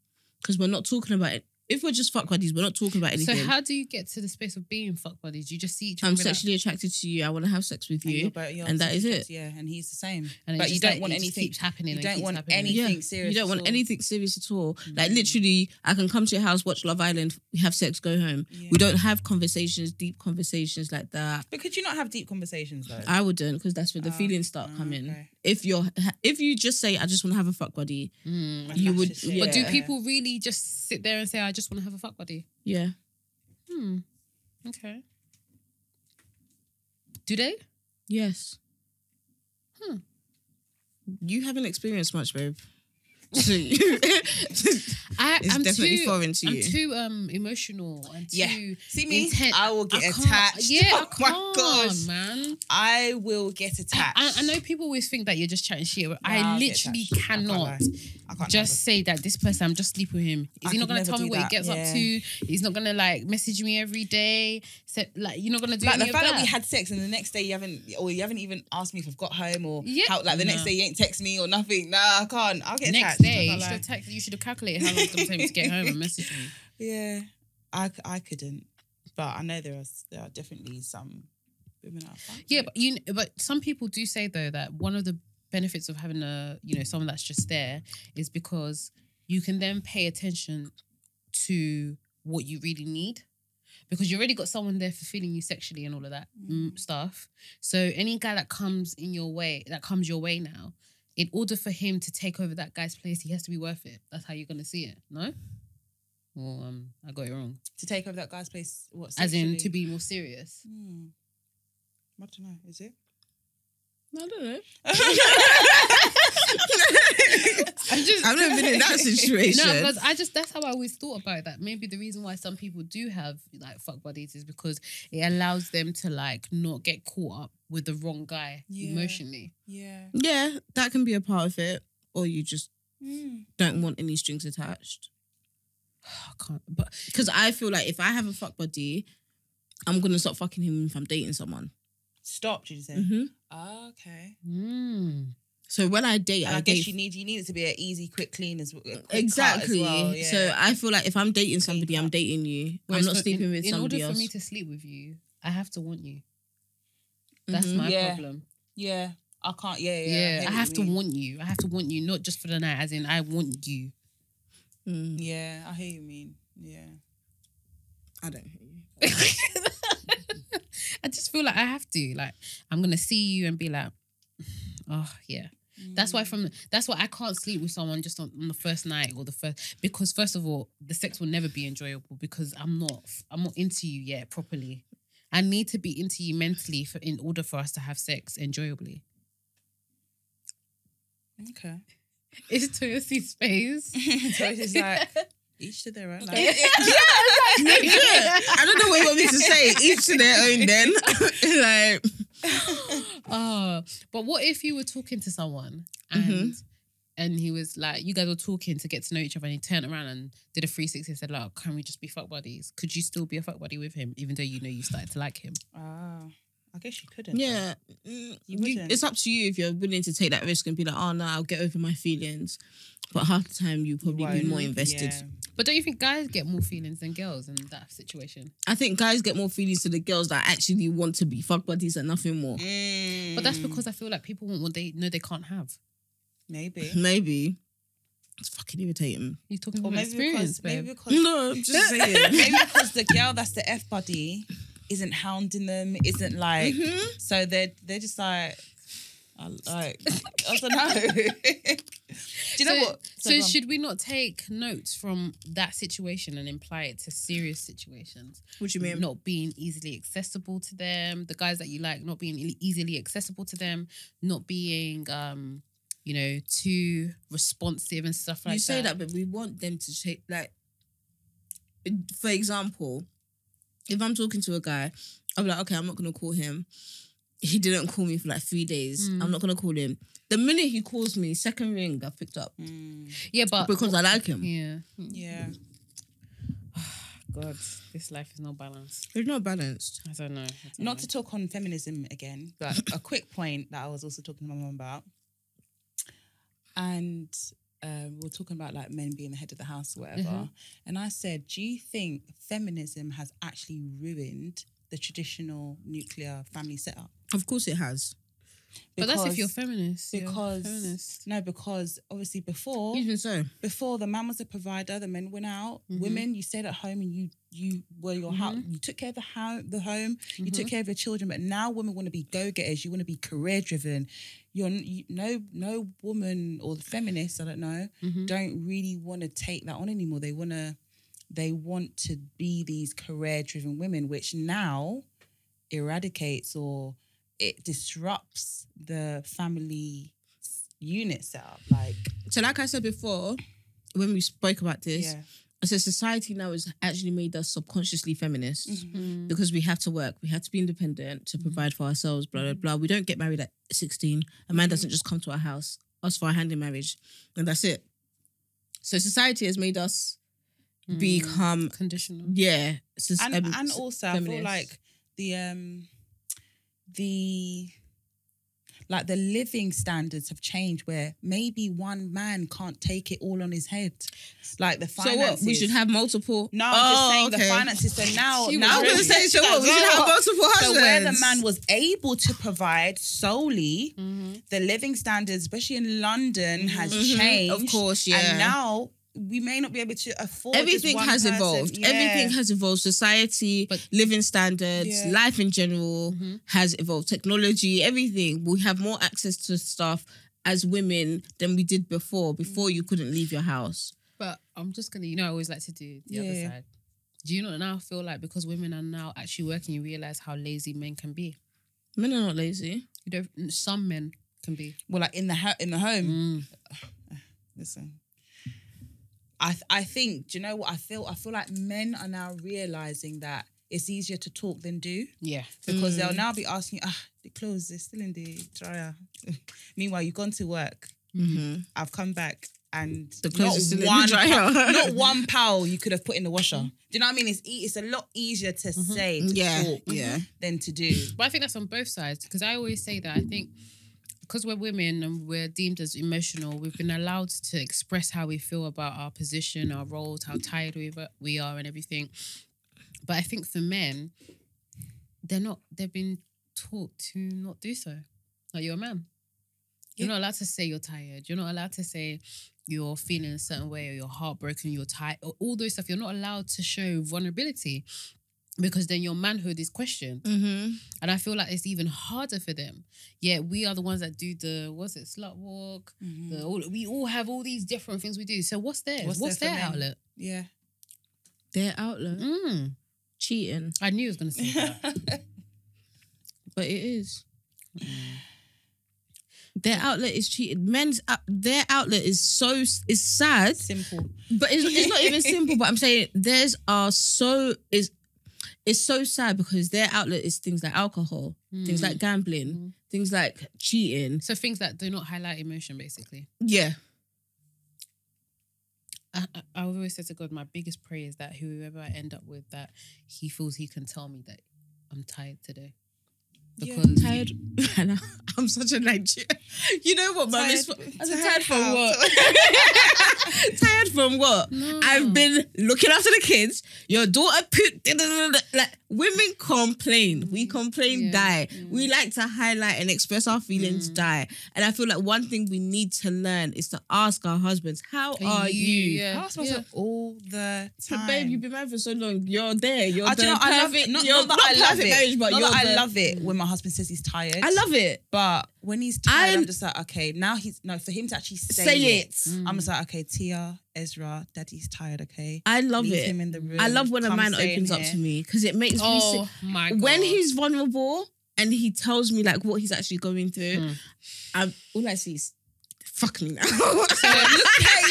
Speaker 3: because we're not talking about it. If we're just fuck buddies, we're not talking about
Speaker 2: So
Speaker 3: anything.
Speaker 2: how do you get to the space of being fuck buddies? You just see each other
Speaker 3: I'm
Speaker 2: and be like-
Speaker 3: sexually attracted to you. I want to have sex with
Speaker 4: and,
Speaker 3: you.
Speaker 4: you're bo- you're
Speaker 3: and that is it.
Speaker 4: Yeah, and he's the same.
Speaker 2: and it
Speaker 4: but you
Speaker 2: just,
Speaker 4: don't
Speaker 2: like,
Speaker 4: want
Speaker 2: it just
Speaker 4: anything-
Speaker 2: Keeps happening.
Speaker 4: You
Speaker 2: and
Speaker 4: don't
Speaker 2: keeps
Speaker 4: want
Speaker 2: happening.
Speaker 4: anything
Speaker 3: Yeah,
Speaker 4: serious.
Speaker 3: you don't
Speaker 4: at
Speaker 3: want
Speaker 4: all. Mm.
Speaker 3: anything serious at all. Like literally, I can come to your house, watch Love Island, we have sex, go home.
Speaker 4: Yeah.
Speaker 3: We don't have conversations, deep conversations like that.
Speaker 4: But could you not have deep conversations though?
Speaker 3: I wouldn't, because that's where the
Speaker 4: Oh,
Speaker 3: feelings start
Speaker 4: oh,
Speaker 3: coming.
Speaker 4: okay.
Speaker 3: If you're, if you just say, I just want to have a fuck buddy,
Speaker 2: Mm.
Speaker 4: And
Speaker 3: you
Speaker 4: that's
Speaker 3: would-
Speaker 4: just it.
Speaker 2: But do
Speaker 3: Yeah.
Speaker 2: people really just sit there and say, "I just want to have a fuck buddy"?
Speaker 3: yeah,
Speaker 2: Hmm. Okay. Do they?
Speaker 3: yes.
Speaker 2: Hmm.
Speaker 3: Hmm. You haven't experienced much, babe. to you.
Speaker 2: I,
Speaker 3: It's
Speaker 2: am
Speaker 3: definitely
Speaker 2: too,
Speaker 3: foreign to
Speaker 2: I'm
Speaker 3: you.
Speaker 2: too um emotional and too
Speaker 4: Yeah. See me?
Speaker 2: Inten-
Speaker 4: I will get
Speaker 2: I can't-
Speaker 4: attached.
Speaker 2: Yeah,
Speaker 4: oh
Speaker 2: I
Speaker 4: my
Speaker 2: can't,
Speaker 4: gosh.
Speaker 2: man.
Speaker 4: I will get attached.
Speaker 2: I, I know people always think that you're just chatting shit. but I
Speaker 4: I'll get
Speaker 2: literally
Speaker 4: attached. I can't
Speaker 2: cannot
Speaker 4: lie. I can't
Speaker 2: just say that this person, I'm just sleeping with him. Is
Speaker 4: I
Speaker 2: he not
Speaker 4: could
Speaker 2: gonna
Speaker 4: never
Speaker 2: tell me
Speaker 4: do
Speaker 2: what
Speaker 4: that,
Speaker 2: he gets
Speaker 4: yeah.
Speaker 2: up to? He's not gonna like message me every day. So, like you're not gonna do
Speaker 4: like the
Speaker 2: any
Speaker 4: fact
Speaker 2: of
Speaker 4: that.
Speaker 2: that.
Speaker 4: we had sex and the next day you haven't or you haven't even asked me if I've got home or
Speaker 2: Yeah.
Speaker 4: how like the next
Speaker 2: No.
Speaker 4: day you ain't text me or nothing. Nah, I can't. I'll get
Speaker 2: Next
Speaker 4: attached. I
Speaker 2: day, you
Speaker 4: can't
Speaker 2: should,
Speaker 4: lie.
Speaker 2: have text, you should have calculated how long it's gonna take me to get home and message me.
Speaker 4: Yeah. I c- I couldn't. But I know there are there are definitely some women out there.
Speaker 2: Yeah, but you kn- but some people do say though that one of the benefits of having a you know someone that's just there is because you can then pay attention to what you really need because you already got someone there fulfilling you sexually and all of that mm. stuff. So any guy that comes in your way that comes your way now, in order for him to take over that guy's place, he has to be worth it. That's how you're gonna see it. No. Well, um, I got it wrong.
Speaker 4: to take over that guy's place what
Speaker 2: As in,
Speaker 4: sexually?
Speaker 2: to be more serious.
Speaker 4: Hmm. I don't know, is it?
Speaker 3: I don't know.
Speaker 2: I'm just,
Speaker 3: I've never been in that situation.
Speaker 2: No, because I just that's how I always thought about that. Maybe the reason why some people do have like fuck buddies is because it allows them to like not get caught up with the wrong guy
Speaker 5: Yeah.
Speaker 2: emotionally.
Speaker 5: Yeah.
Speaker 3: yeah, that can be a part of it, or you just
Speaker 4: Mm.
Speaker 3: don't want any strings attached.
Speaker 2: I can't, but
Speaker 3: Because I feel like if I have a fuck buddy, I'm gonna stop fucking him if I'm dating someone.
Speaker 4: Stop, did you
Speaker 2: Mm-hmm.
Speaker 4: say?
Speaker 3: hmm
Speaker 4: okay.
Speaker 2: mm,
Speaker 3: So when I date,
Speaker 4: And
Speaker 3: I,
Speaker 4: I guess
Speaker 3: date
Speaker 4: you need you need it to be an easy, quick clean as a quick cut as
Speaker 3: exactly.
Speaker 4: well, yeah.
Speaker 3: So uh, I feel like if I'm dating somebody, I'm
Speaker 4: cut.
Speaker 3: dating you.
Speaker 2: Whereas
Speaker 3: I'm not
Speaker 2: for-
Speaker 3: sleeping
Speaker 2: in,
Speaker 3: with
Speaker 2: in
Speaker 3: somebody
Speaker 2: order
Speaker 3: else.
Speaker 2: for me to sleep with you, I have to want you. That's
Speaker 3: Mhm.
Speaker 2: my
Speaker 4: Yeah.
Speaker 2: problem.
Speaker 4: yeah, I can't. Yeah, yeah.
Speaker 2: Yeah,
Speaker 4: hear
Speaker 2: I
Speaker 4: what
Speaker 2: have
Speaker 4: you
Speaker 2: to
Speaker 4: mean.
Speaker 2: want you. I have to want you, not just for the night. As in, I want you.
Speaker 3: Mm.
Speaker 4: Yeah, I hear you mean. Yeah.
Speaker 3: I don't hate you.
Speaker 2: I just feel like I have to. Like I'm gonna see you and be like, oh yeah. That's
Speaker 4: Mm.
Speaker 2: why from that's why I can't sleep with someone just on, on the first night or the first because first of all the sex will never be enjoyable because I'm not I'm not into you yet properly. I need to be into you mentally for, in order for us to have sex enjoyably.
Speaker 4: Okay.
Speaker 2: It's Toyosi space.
Speaker 4: so it's just like each to their own. Like,
Speaker 3: I don't know what you want me to say. Each to their own. Then, like,
Speaker 2: Oh, but what if you were talking to someone and
Speaker 4: Mm-hmm.
Speaker 2: and he was like, you guys were talking to get to know each other, and he turned around and did a three sixty and said, "Like, can we just be fuck buddies? Could you still be a fuck buddy with him, even though you know you started to like him?"
Speaker 4: ah, I guess you couldn't.
Speaker 3: yeah, mm,
Speaker 4: You
Speaker 3: you-
Speaker 4: wouldn't.
Speaker 3: it's up to you if you're willing to take that risk and be like, oh no, I'll get over my feelings. But half the time, you probably be
Speaker 4: won't,
Speaker 3: more invested.
Speaker 4: yeah.
Speaker 2: But don't you think guys get more feelings than girls in that situation?
Speaker 3: I think guys get more feelings to the girls that actually want to be fuck buddies and nothing more.
Speaker 4: Mm,
Speaker 2: But that's because I feel like people want what they know they can't have.
Speaker 4: maybe.
Speaker 3: Maybe it's fucking irritating.
Speaker 2: You're talking
Speaker 4: Or
Speaker 2: about
Speaker 4: maybe
Speaker 2: experience,
Speaker 4: because,
Speaker 2: babe.
Speaker 4: maybe because
Speaker 3: No, I'm just saying.
Speaker 4: maybe because the girl that's the F buddy isn't hounding them, isn't like
Speaker 3: Mhm.
Speaker 4: so they're they're just like I like I don't know. Do you know
Speaker 2: so,
Speaker 4: what?
Speaker 2: so
Speaker 4: go on.
Speaker 2: should we not take notes from that situation and apply it to serious situations?
Speaker 3: what do you mean?
Speaker 2: not being easily accessible to them, the guys that you like not being e- easily accessible to them, not being um, you know, too responsive and stuff like
Speaker 3: you say that. but we want them to take like. For example, if I'm talking to a guy, I'm like, okay, I'm not gonna call him. He didn't call me for like three days.
Speaker 2: Mm.
Speaker 3: I'm not gonna call him. The minute he calls me, second ring, I've picked up
Speaker 4: Mm,
Speaker 2: Yeah, but
Speaker 3: because I like him.
Speaker 2: yeah. Hmm,
Speaker 4: yeah.
Speaker 2: God, this life is not balanced.
Speaker 3: It's not balanced.
Speaker 2: I don't know. I don't
Speaker 4: Not to
Speaker 2: know.
Speaker 4: talk on feminism again, but a quick point that I was also talking to my mum about. And um, we are talking about like men being the head of the house or whatever.
Speaker 2: Mhm.
Speaker 4: And I said, Do you think feminism has actually ruined the traditional nuclear family setup?
Speaker 3: Of course, it has.
Speaker 2: but that's if
Speaker 4: Because-
Speaker 2: you're feminist. You're
Speaker 4: because-
Speaker 2: feminist.
Speaker 4: No, because obviously before
Speaker 3: Even so,
Speaker 4: before the man was the provider, the men went out.
Speaker 2: Mhm.
Speaker 4: Women, you stayed at home and you you were your house. You took care of the house, the home.
Speaker 2: Mm-hmm,
Speaker 4: You took care of your children. But now women want to be go getters. You want to be career driven. You're n- you, no no woman or feminist. I don't know.
Speaker 2: Mhm.
Speaker 4: Don't really want to take that on anymore. They want to they want to be these career driven women, which now eradicates or it disrupts the family s- unit setup. Like
Speaker 3: So, like I said before, when we spoke about this,
Speaker 4: Yeah.
Speaker 3: I said society now has actually made us subconsciously feminists
Speaker 4: Mm-hmm.
Speaker 3: because we have to work, we have to be independent to provide for ourselves, blah, blah,
Speaker 4: Mm-hmm.
Speaker 3: blah. We don't get married at 16. A man doesn't just come to our house, ask for a hand in marriage, and that's it. So, society has made us become,
Speaker 2: Mm-hmm. Conditional.
Speaker 3: yeah. sus-
Speaker 4: Mm. and
Speaker 3: um,
Speaker 4: and
Speaker 3: s-
Speaker 4: also I
Speaker 3: feminist.
Speaker 4: feel like the um the like the living standards have changed where maybe one man can't take it all on his head. Like the
Speaker 3: So,
Speaker 4: finances.
Speaker 3: what? We should have multiple.
Speaker 4: no, I'm
Speaker 3: Oh,
Speaker 4: just saying
Speaker 3: okay.
Speaker 4: the finances. So now,
Speaker 2: She was
Speaker 4: now
Speaker 3: I was going to
Speaker 2: ready.
Speaker 3: say, so what? We should have multiple
Speaker 4: So
Speaker 3: husbands.
Speaker 4: where the man was able to provide solely,
Speaker 2: Mm-hmm.
Speaker 4: the living standards, especially in London, has
Speaker 3: Mhm.
Speaker 4: changed.
Speaker 3: Of course, yeah.
Speaker 4: And now we may not be able to afford. just
Speaker 3: everything
Speaker 4: one
Speaker 3: has
Speaker 4: person.
Speaker 3: evolved.
Speaker 4: Yeah.
Speaker 3: Everything has evolved. Society,
Speaker 2: But-
Speaker 3: living standards,
Speaker 4: Yeah.
Speaker 3: life in general has evolved. Technology, everything. We have more access to stuff as women than we did before. Before you couldn't leave your house.
Speaker 2: But I'm just gonna, you know, I always like to do the other
Speaker 4: Yeah.
Speaker 2: side. Do you not now feel like because women are now actually working, you realize how lazy men can be?
Speaker 3: Men are not lazy.
Speaker 2: You don't. Some men can be.
Speaker 4: well, like in the ho- in the home. Listen, I th- I think. Do you know what I feel? I feel like men are now realizing that it's easier to talk than do.
Speaker 2: Yeah.
Speaker 4: because they'll
Speaker 3: Mm.
Speaker 4: now be asking, ah, the clothes they're still in the dryer. Meanwhile, you've gone to work.
Speaker 3: Mm-hmm.
Speaker 4: I've come back and
Speaker 3: The clothes
Speaker 4: not
Speaker 3: are still in the
Speaker 4: one
Speaker 3: dryer.
Speaker 4: pow- not one pal you could have put in the washer. Do you know what I mean? It's e- it's a lot easier to say to
Speaker 3: Mm-hmm. Yeah,
Speaker 4: talk
Speaker 3: yeah.
Speaker 4: than to do.
Speaker 2: But I think that's on both sides because I always say that I think because we're women and we're deemed as emotional, we've been allowed to express how we feel about our position, our roles, how tired we we are, and everything. But I think for men, they're not. They've been taught to not do so. Like you're a man, you're not allowed to say you're tired. You're not allowed to say you're feeling a certain way or you're heartbroken. You're tired. Or all those stuff. You're not allowed to show vulnerability because then your manhood is questioned.
Speaker 3: Mm-hmm.
Speaker 2: And I feel like it's even harder for them. Yet we are the ones that do the what's it, slut walk.
Speaker 3: Mm-hmm. Mm.
Speaker 2: The, all, we all have all these different things we do. So what's theirs? What's,
Speaker 4: What's there
Speaker 2: their
Speaker 4: for them?
Speaker 2: outlet?
Speaker 4: Yeah.
Speaker 3: Their outlet
Speaker 2: Mm,
Speaker 3: cheating,
Speaker 2: I knew I was gonna say that.
Speaker 3: but it is. Their outlet is cheating. Men's out- their outlet is so is sad.
Speaker 4: Simple.
Speaker 3: But it's, it's not even simple. But I'm saying theirs are so is it's so sad because their outlet is things like alcohol, things
Speaker 4: Mm.
Speaker 3: like gambling, things like cheating.
Speaker 2: Mm. so things that do not highlight emotion, basically.
Speaker 3: Yeah,
Speaker 2: I, I, I always said to God, my biggest prayer is that whoever I end up with, that he feels he can tell me that I'm tired today. Because
Speaker 3: tired. Man, I'm such a Nigerian. You know what, mum? It's-
Speaker 4: Tired-
Speaker 3: I said,
Speaker 4: tired
Speaker 3: tired from
Speaker 4: how?
Speaker 3: what? tired from what?
Speaker 2: No.
Speaker 4: Mm.
Speaker 3: I've been looking after the kids. Your daughter put da- da- da- da- like women complain.
Speaker 4: Mm.
Speaker 3: We complain,
Speaker 2: Yeah.
Speaker 3: die. We like to highlight and express our
Speaker 4: Mm.
Speaker 3: feelings, die. And I feel like one thing we need to learn is to ask our husbands, "How are,
Speaker 4: I
Speaker 3: you?"
Speaker 2: Yeah.
Speaker 4: ask myself all the
Speaker 3: So,
Speaker 4: time.
Speaker 3: babe, you've been married for so long. You're there. You're
Speaker 4: I,
Speaker 3: the
Speaker 4: do you know, I love
Speaker 3: perfect-
Speaker 4: it. Not,
Speaker 3: you're
Speaker 4: not that I love
Speaker 3: perfect
Speaker 4: it.
Speaker 3: marriage, but
Speaker 4: not
Speaker 3: you're
Speaker 4: that I
Speaker 3: the-
Speaker 4: love it when my husband says he's tired.
Speaker 3: I love it.
Speaker 4: But when he's tired, I'm,
Speaker 3: I'm-
Speaker 4: just like, okay, now he's no for him to actually say,
Speaker 3: Say
Speaker 4: it.
Speaker 3: it.
Speaker 2: Mm.
Speaker 3: Mm.
Speaker 4: I'm just like, okay, Tia, Ezra, Daddy's tired, okay.
Speaker 3: I love
Speaker 4: Leave
Speaker 3: it.
Speaker 4: him in the room.
Speaker 3: I love when a
Speaker 4: Come
Speaker 3: man
Speaker 4: stay in
Speaker 3: opens up
Speaker 4: here.
Speaker 3: to me because it makes me. si-
Speaker 2: Oh my god.
Speaker 3: when he's vulnerable and he tells me like what he's actually going through,
Speaker 2: Hmm.
Speaker 3: I'm, all I see is fuck me now. look at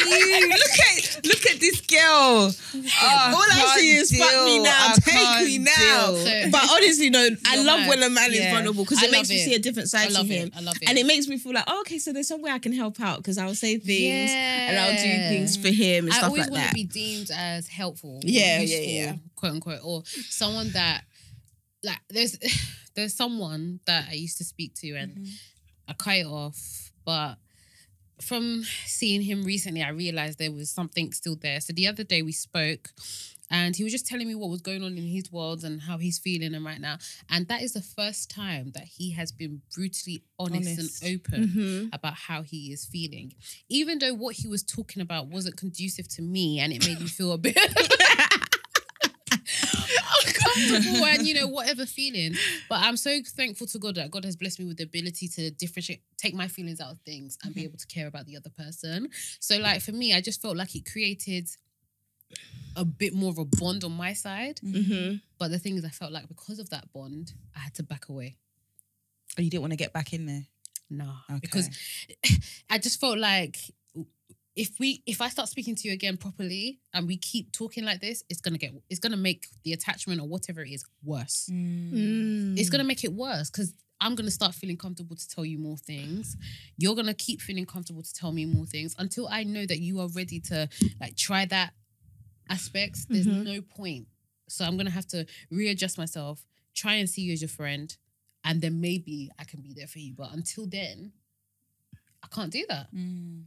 Speaker 3: you. Look at look at this girl. all I
Speaker 4: can't
Speaker 3: see is fuck me
Speaker 4: deal.
Speaker 3: now.
Speaker 4: Oh, I
Speaker 3: take me
Speaker 4: can't
Speaker 3: now.
Speaker 4: deal.
Speaker 2: So-
Speaker 3: but honestly, no, I
Speaker 2: You're
Speaker 3: love
Speaker 2: mad.
Speaker 3: when a man
Speaker 4: Yeah.
Speaker 3: is vulnerable because
Speaker 2: I
Speaker 3: it makes
Speaker 2: love
Speaker 3: me
Speaker 2: it.
Speaker 3: see a different
Speaker 2: I
Speaker 3: side to
Speaker 2: love
Speaker 3: him.
Speaker 2: it. I love it.
Speaker 3: And it makes me feel like, oh, okay, so there's some way I can help out because I'll say things and I'll
Speaker 2: Yeah.
Speaker 3: do things for him and
Speaker 2: I
Speaker 3: stuff
Speaker 2: always
Speaker 3: like
Speaker 2: want
Speaker 3: that.
Speaker 2: to be deemed as helpful, or
Speaker 3: Yeah, yeah,
Speaker 2: useful,
Speaker 3: yeah.
Speaker 2: quote unquote, or someone that like there's there's someone that I used to speak to and
Speaker 3: Mm-hmm.
Speaker 2: I cut it off, but from seeing him recently, I realized there was something still there. So the other day we spoke. And he was just telling me what was going on in his world and how he's feeling and right now. And that is the first time that he has been brutally honest,
Speaker 4: Honest.
Speaker 2: and
Speaker 3: Mm-hmm.
Speaker 2: open about how he is feeling even though what he was talking about wasn't conducive to me and it made me feel a bit uncomfortable and you know whatever feeling but i'm so thankful to god that god has blessed me with the ability to differentiate take my feelings out of things and be able to care about the other person so like for me i just felt like it created a bit more of a bond on my side
Speaker 4: Mm-hmm.
Speaker 3: Mhm.
Speaker 2: but the thing is i felt like because of that bond i had to back away
Speaker 4: Oh, But you didn't want to get back in there.
Speaker 2: no
Speaker 4: Okay.
Speaker 2: because I just felt like if we if I start speaking to you again properly and we keep talking like this, it's gonna get it's gonna make the attachment or whatever it is worse.
Speaker 4: Mm.
Speaker 3: Mm.
Speaker 2: Mm. It's gonna make it worse because I'm gonna start feeling comfortable to tell you more things. You're gonna keep feeling comfortable to tell me more things until I know that you are ready to like try that aspects. There's
Speaker 3: Mhm.
Speaker 2: no point. So I'm gonna have to readjust myself, try and see you as your friend, and then maybe I can be there for you. But until then, I can't do that
Speaker 4: Mm.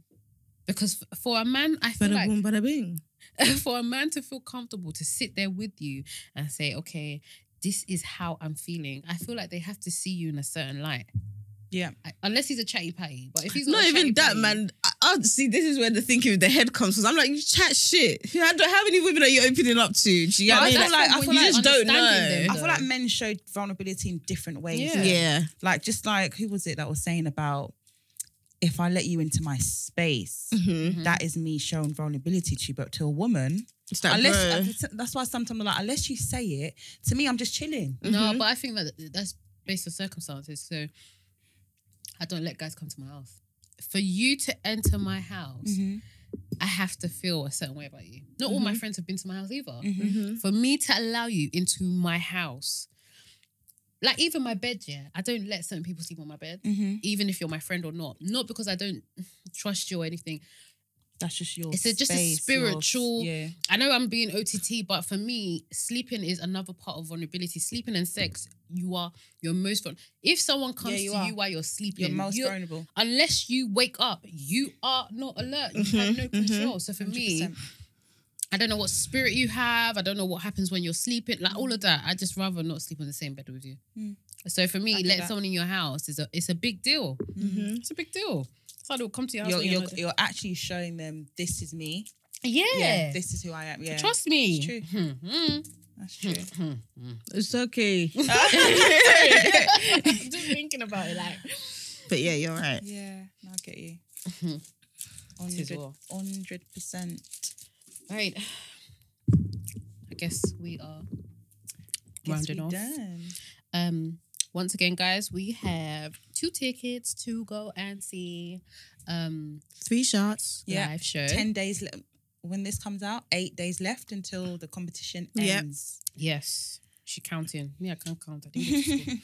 Speaker 2: because f- for a man, I feel
Speaker 3: Bada
Speaker 2: like
Speaker 3: boom, bada bing.
Speaker 2: for a man to feel comfortable to sit there with you and say, okay, this is how I'm feeling. I feel like they have to see you in a certain light.
Speaker 4: Yeah.
Speaker 2: I- unless he's a chatty patty, but if he's not,
Speaker 3: Not
Speaker 2: a chatty
Speaker 3: even that,
Speaker 2: patty-
Speaker 3: man. I, I see. This is where the thinking with the head comes because I'm like, you chat shit. How, do- how many women are you opening up to? Do you get
Speaker 2: But
Speaker 3: what I
Speaker 2: I
Speaker 3: mean? Like,
Speaker 2: feel
Speaker 3: I
Speaker 2: like
Speaker 3: feel
Speaker 2: when
Speaker 3: like you
Speaker 2: you
Speaker 3: just don't know.
Speaker 2: understanding
Speaker 4: I feel like
Speaker 2: though.
Speaker 4: men showed vulnerability in different ways.
Speaker 2: Yeah.
Speaker 4: innit?
Speaker 3: Yeah.
Speaker 4: Like just like who was it that was saying about if I let you into my space,
Speaker 3: Mhm.
Speaker 2: Mm-hmm.
Speaker 4: that is me showing vulnerability to you. But to a woman,
Speaker 3: It's like, bruh.
Speaker 4: unless uh, that's why sometimes I'm like, unless you say it, to me I'm just chilling.
Speaker 2: No,
Speaker 3: mm-hmm.
Speaker 2: but I think that that's based on circumstances. So I don't let guys come to my house. For you to enter my house,
Speaker 3: Mm-hmm.
Speaker 2: I have to feel a certain way about you. Not all my friends have been to my house either.
Speaker 3: Mm-hmm,
Speaker 2: For me to allow you into my house, like even my bed, yeah, I don't let certain people sleep on my bed, even if you're my friend or not. Not because I don't trust you or anything.
Speaker 4: That's just your.
Speaker 2: It's a- just a
Speaker 4: space, your-
Speaker 2: spiritual-
Speaker 4: yeah.
Speaker 2: I know I'm being OTT, but for me, sleeping is another part of vulnerability. Sleeping and sex, you are your most vulnerable. If someone comes
Speaker 4: you
Speaker 2: to
Speaker 4: are.
Speaker 2: you while you're sleeping,
Speaker 4: You're most
Speaker 2: you're-
Speaker 4: vulnerable.
Speaker 2: unless you wake up, you are not alert. You
Speaker 4: Mm-hmm,
Speaker 2: have no control. So for me,
Speaker 4: 100%.
Speaker 2: I don't know what spirit you have. I don't know what happens when you're sleeping. Like all of that, I just rather not sleep on the same bed with you.
Speaker 4: Mm.
Speaker 2: So for me,
Speaker 4: I get
Speaker 2: letting
Speaker 4: that.
Speaker 2: someone in your house is a it's a big deal.
Speaker 3: Mm-hmm,
Speaker 2: It's a big deal. So they'll come to your house.
Speaker 4: Mm-hmm. You're,
Speaker 2: when you're
Speaker 4: you're,
Speaker 2: not-
Speaker 4: you're actually showing them this is me.
Speaker 2: yeah.
Speaker 4: This is who I am. Yeah.
Speaker 2: Trust me.
Speaker 4: It's true.
Speaker 2: Mhm.
Speaker 4: That's true.
Speaker 2: hmm.
Speaker 3: It's okay.
Speaker 2: I'm just thinking about it. Like,
Speaker 3: but yeah, you're right.
Speaker 4: yeah. I get you.
Speaker 2: Mhm.
Speaker 4: 100
Speaker 2: Tizzle.
Speaker 4: 100%.
Speaker 2: all right. I guess we are
Speaker 4: Guess
Speaker 2: rounding
Speaker 4: we
Speaker 2: off.
Speaker 4: done.
Speaker 2: Um, once again, guys, we have two tickets to go and see um
Speaker 3: Three shots.
Speaker 4: Yeah.
Speaker 2: live show.
Speaker 3: Eh?
Speaker 4: 10 days le- when this comes out, eight days left until the competition
Speaker 3: Yep.
Speaker 4: ends.
Speaker 2: Yes, she counting. Me, I can't count. I didn't go to school.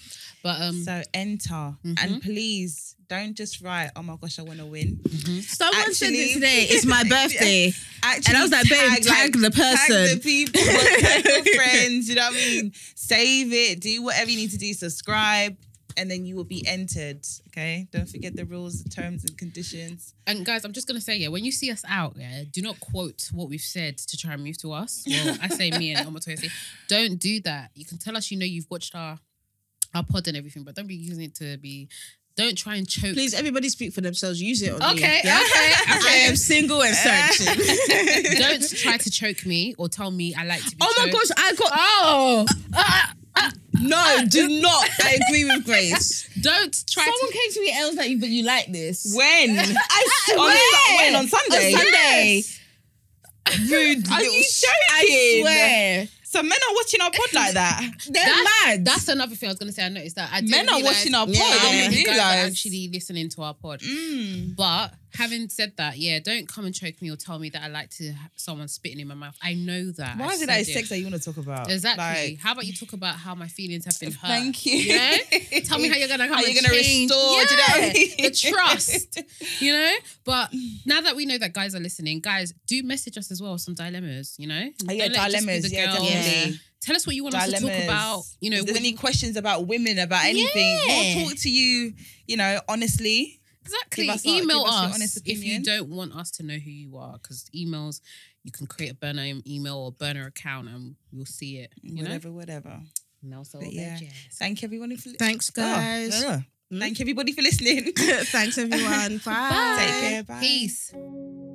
Speaker 2: but um,
Speaker 4: so enter
Speaker 3: mm-hmm.
Speaker 4: and please don't just write, oh my gosh, I want to win.
Speaker 2: mm-hmm.
Speaker 3: Someone said
Speaker 4: Actually-
Speaker 3: it today. It's my birthday.
Speaker 4: Actually,
Speaker 3: And I was like, babe, tag the
Speaker 4: Tag
Speaker 3: person.
Speaker 4: the people, tag your friends, you know what I mean? Save it, do whatever you need to do, subscribe, and then you will be entered. Okay? Don't forget the rules, the terms, and conditions.
Speaker 2: and guys, I'm just gonna say yeah, when you see us out, yeah, do not quote what we've said to try and move to us. Well, I say me and Omotoyose. Don't do that. You can tell us you know you've watched our our pod and everything, but don't be using it to be. Don't try and choke.
Speaker 3: Please, everybody speak for themselves. Use it on me.
Speaker 2: Okay,
Speaker 3: Yeah?
Speaker 2: okay,
Speaker 3: I am single and searching.
Speaker 2: don't try to choke me or tell me I like to be.
Speaker 3: oh my
Speaker 2: choked.
Speaker 3: gosh, I got.
Speaker 2: Oh,
Speaker 3: No, do not. I agree with Grace.
Speaker 2: don't try
Speaker 3: Someone
Speaker 2: to.
Speaker 3: came to me and was like, but you like this.
Speaker 4: When?
Speaker 3: I swear.
Speaker 4: Su- when? On Sunday?
Speaker 3: On Sunday.
Speaker 4: Rude. Are you
Speaker 3: I
Speaker 4: joking?
Speaker 3: swear.
Speaker 4: So men are watching our pod like that.
Speaker 3: They're
Speaker 2: That's,
Speaker 3: mad.
Speaker 2: that's another thing I was gonna say. I noticed that I didn't
Speaker 4: Men are
Speaker 2: realize-
Speaker 4: watching our pod.
Speaker 3: Yeah.
Speaker 2: I
Speaker 4: I
Speaker 2: don't
Speaker 4: didn't
Speaker 2: think guys are
Speaker 4: realize.
Speaker 2: actually listening to our pod.
Speaker 4: Mm.
Speaker 2: But having said that, yeah, don't come and choke me or tell me that I like to have someone spitting in my mouth. I know that.
Speaker 4: Why
Speaker 2: I
Speaker 4: is it
Speaker 2: said
Speaker 4: that it's sex that you want to talk about?
Speaker 2: Exactly.
Speaker 4: Like,
Speaker 2: how about you talk about how my feelings have been hurt?
Speaker 4: Thank you.
Speaker 2: Yeah? Tell me how you're gonna come
Speaker 4: How
Speaker 2: and
Speaker 4: you're gonna
Speaker 2: change-
Speaker 4: restore,
Speaker 2: yeah,
Speaker 4: do you know what I mean? Mm.
Speaker 2: the trust. You know? But now that we know that guys are listening, guys, do message us as well some dilemmas, you know?
Speaker 4: Oh, yeah,
Speaker 2: Don't let it just be
Speaker 4: dilemmas.
Speaker 2: the
Speaker 4: Yeah,
Speaker 2: girls.
Speaker 4: definitely.
Speaker 2: Tell us what you want us to
Speaker 4: dilemmas.
Speaker 2: talk about. You know,
Speaker 4: if there's
Speaker 2: when
Speaker 4: any questions about women, about anything,
Speaker 2: Yeah.
Speaker 4: we'll talk to you. You know, honestly,
Speaker 2: Exactly.
Speaker 4: Give us our-
Speaker 2: email
Speaker 4: give us your
Speaker 2: us,
Speaker 4: honest
Speaker 2: if you
Speaker 4: opinion.
Speaker 2: don't want us to know who you are, because emails, you can create a burner email or burner account and we'll see it. You
Speaker 4: whatever, whatever.
Speaker 2: know? Nelson
Speaker 4: But
Speaker 2: will
Speaker 4: yeah.
Speaker 2: bet, yes.
Speaker 4: Thank everyone for li-
Speaker 3: Thanks, guys.
Speaker 4: Oh, yeah.
Speaker 3: Hmm?
Speaker 4: Thank everybody for listening.
Speaker 3: Thanks, everyone. Bye.
Speaker 4: Take care. Bye.
Speaker 2: Peace.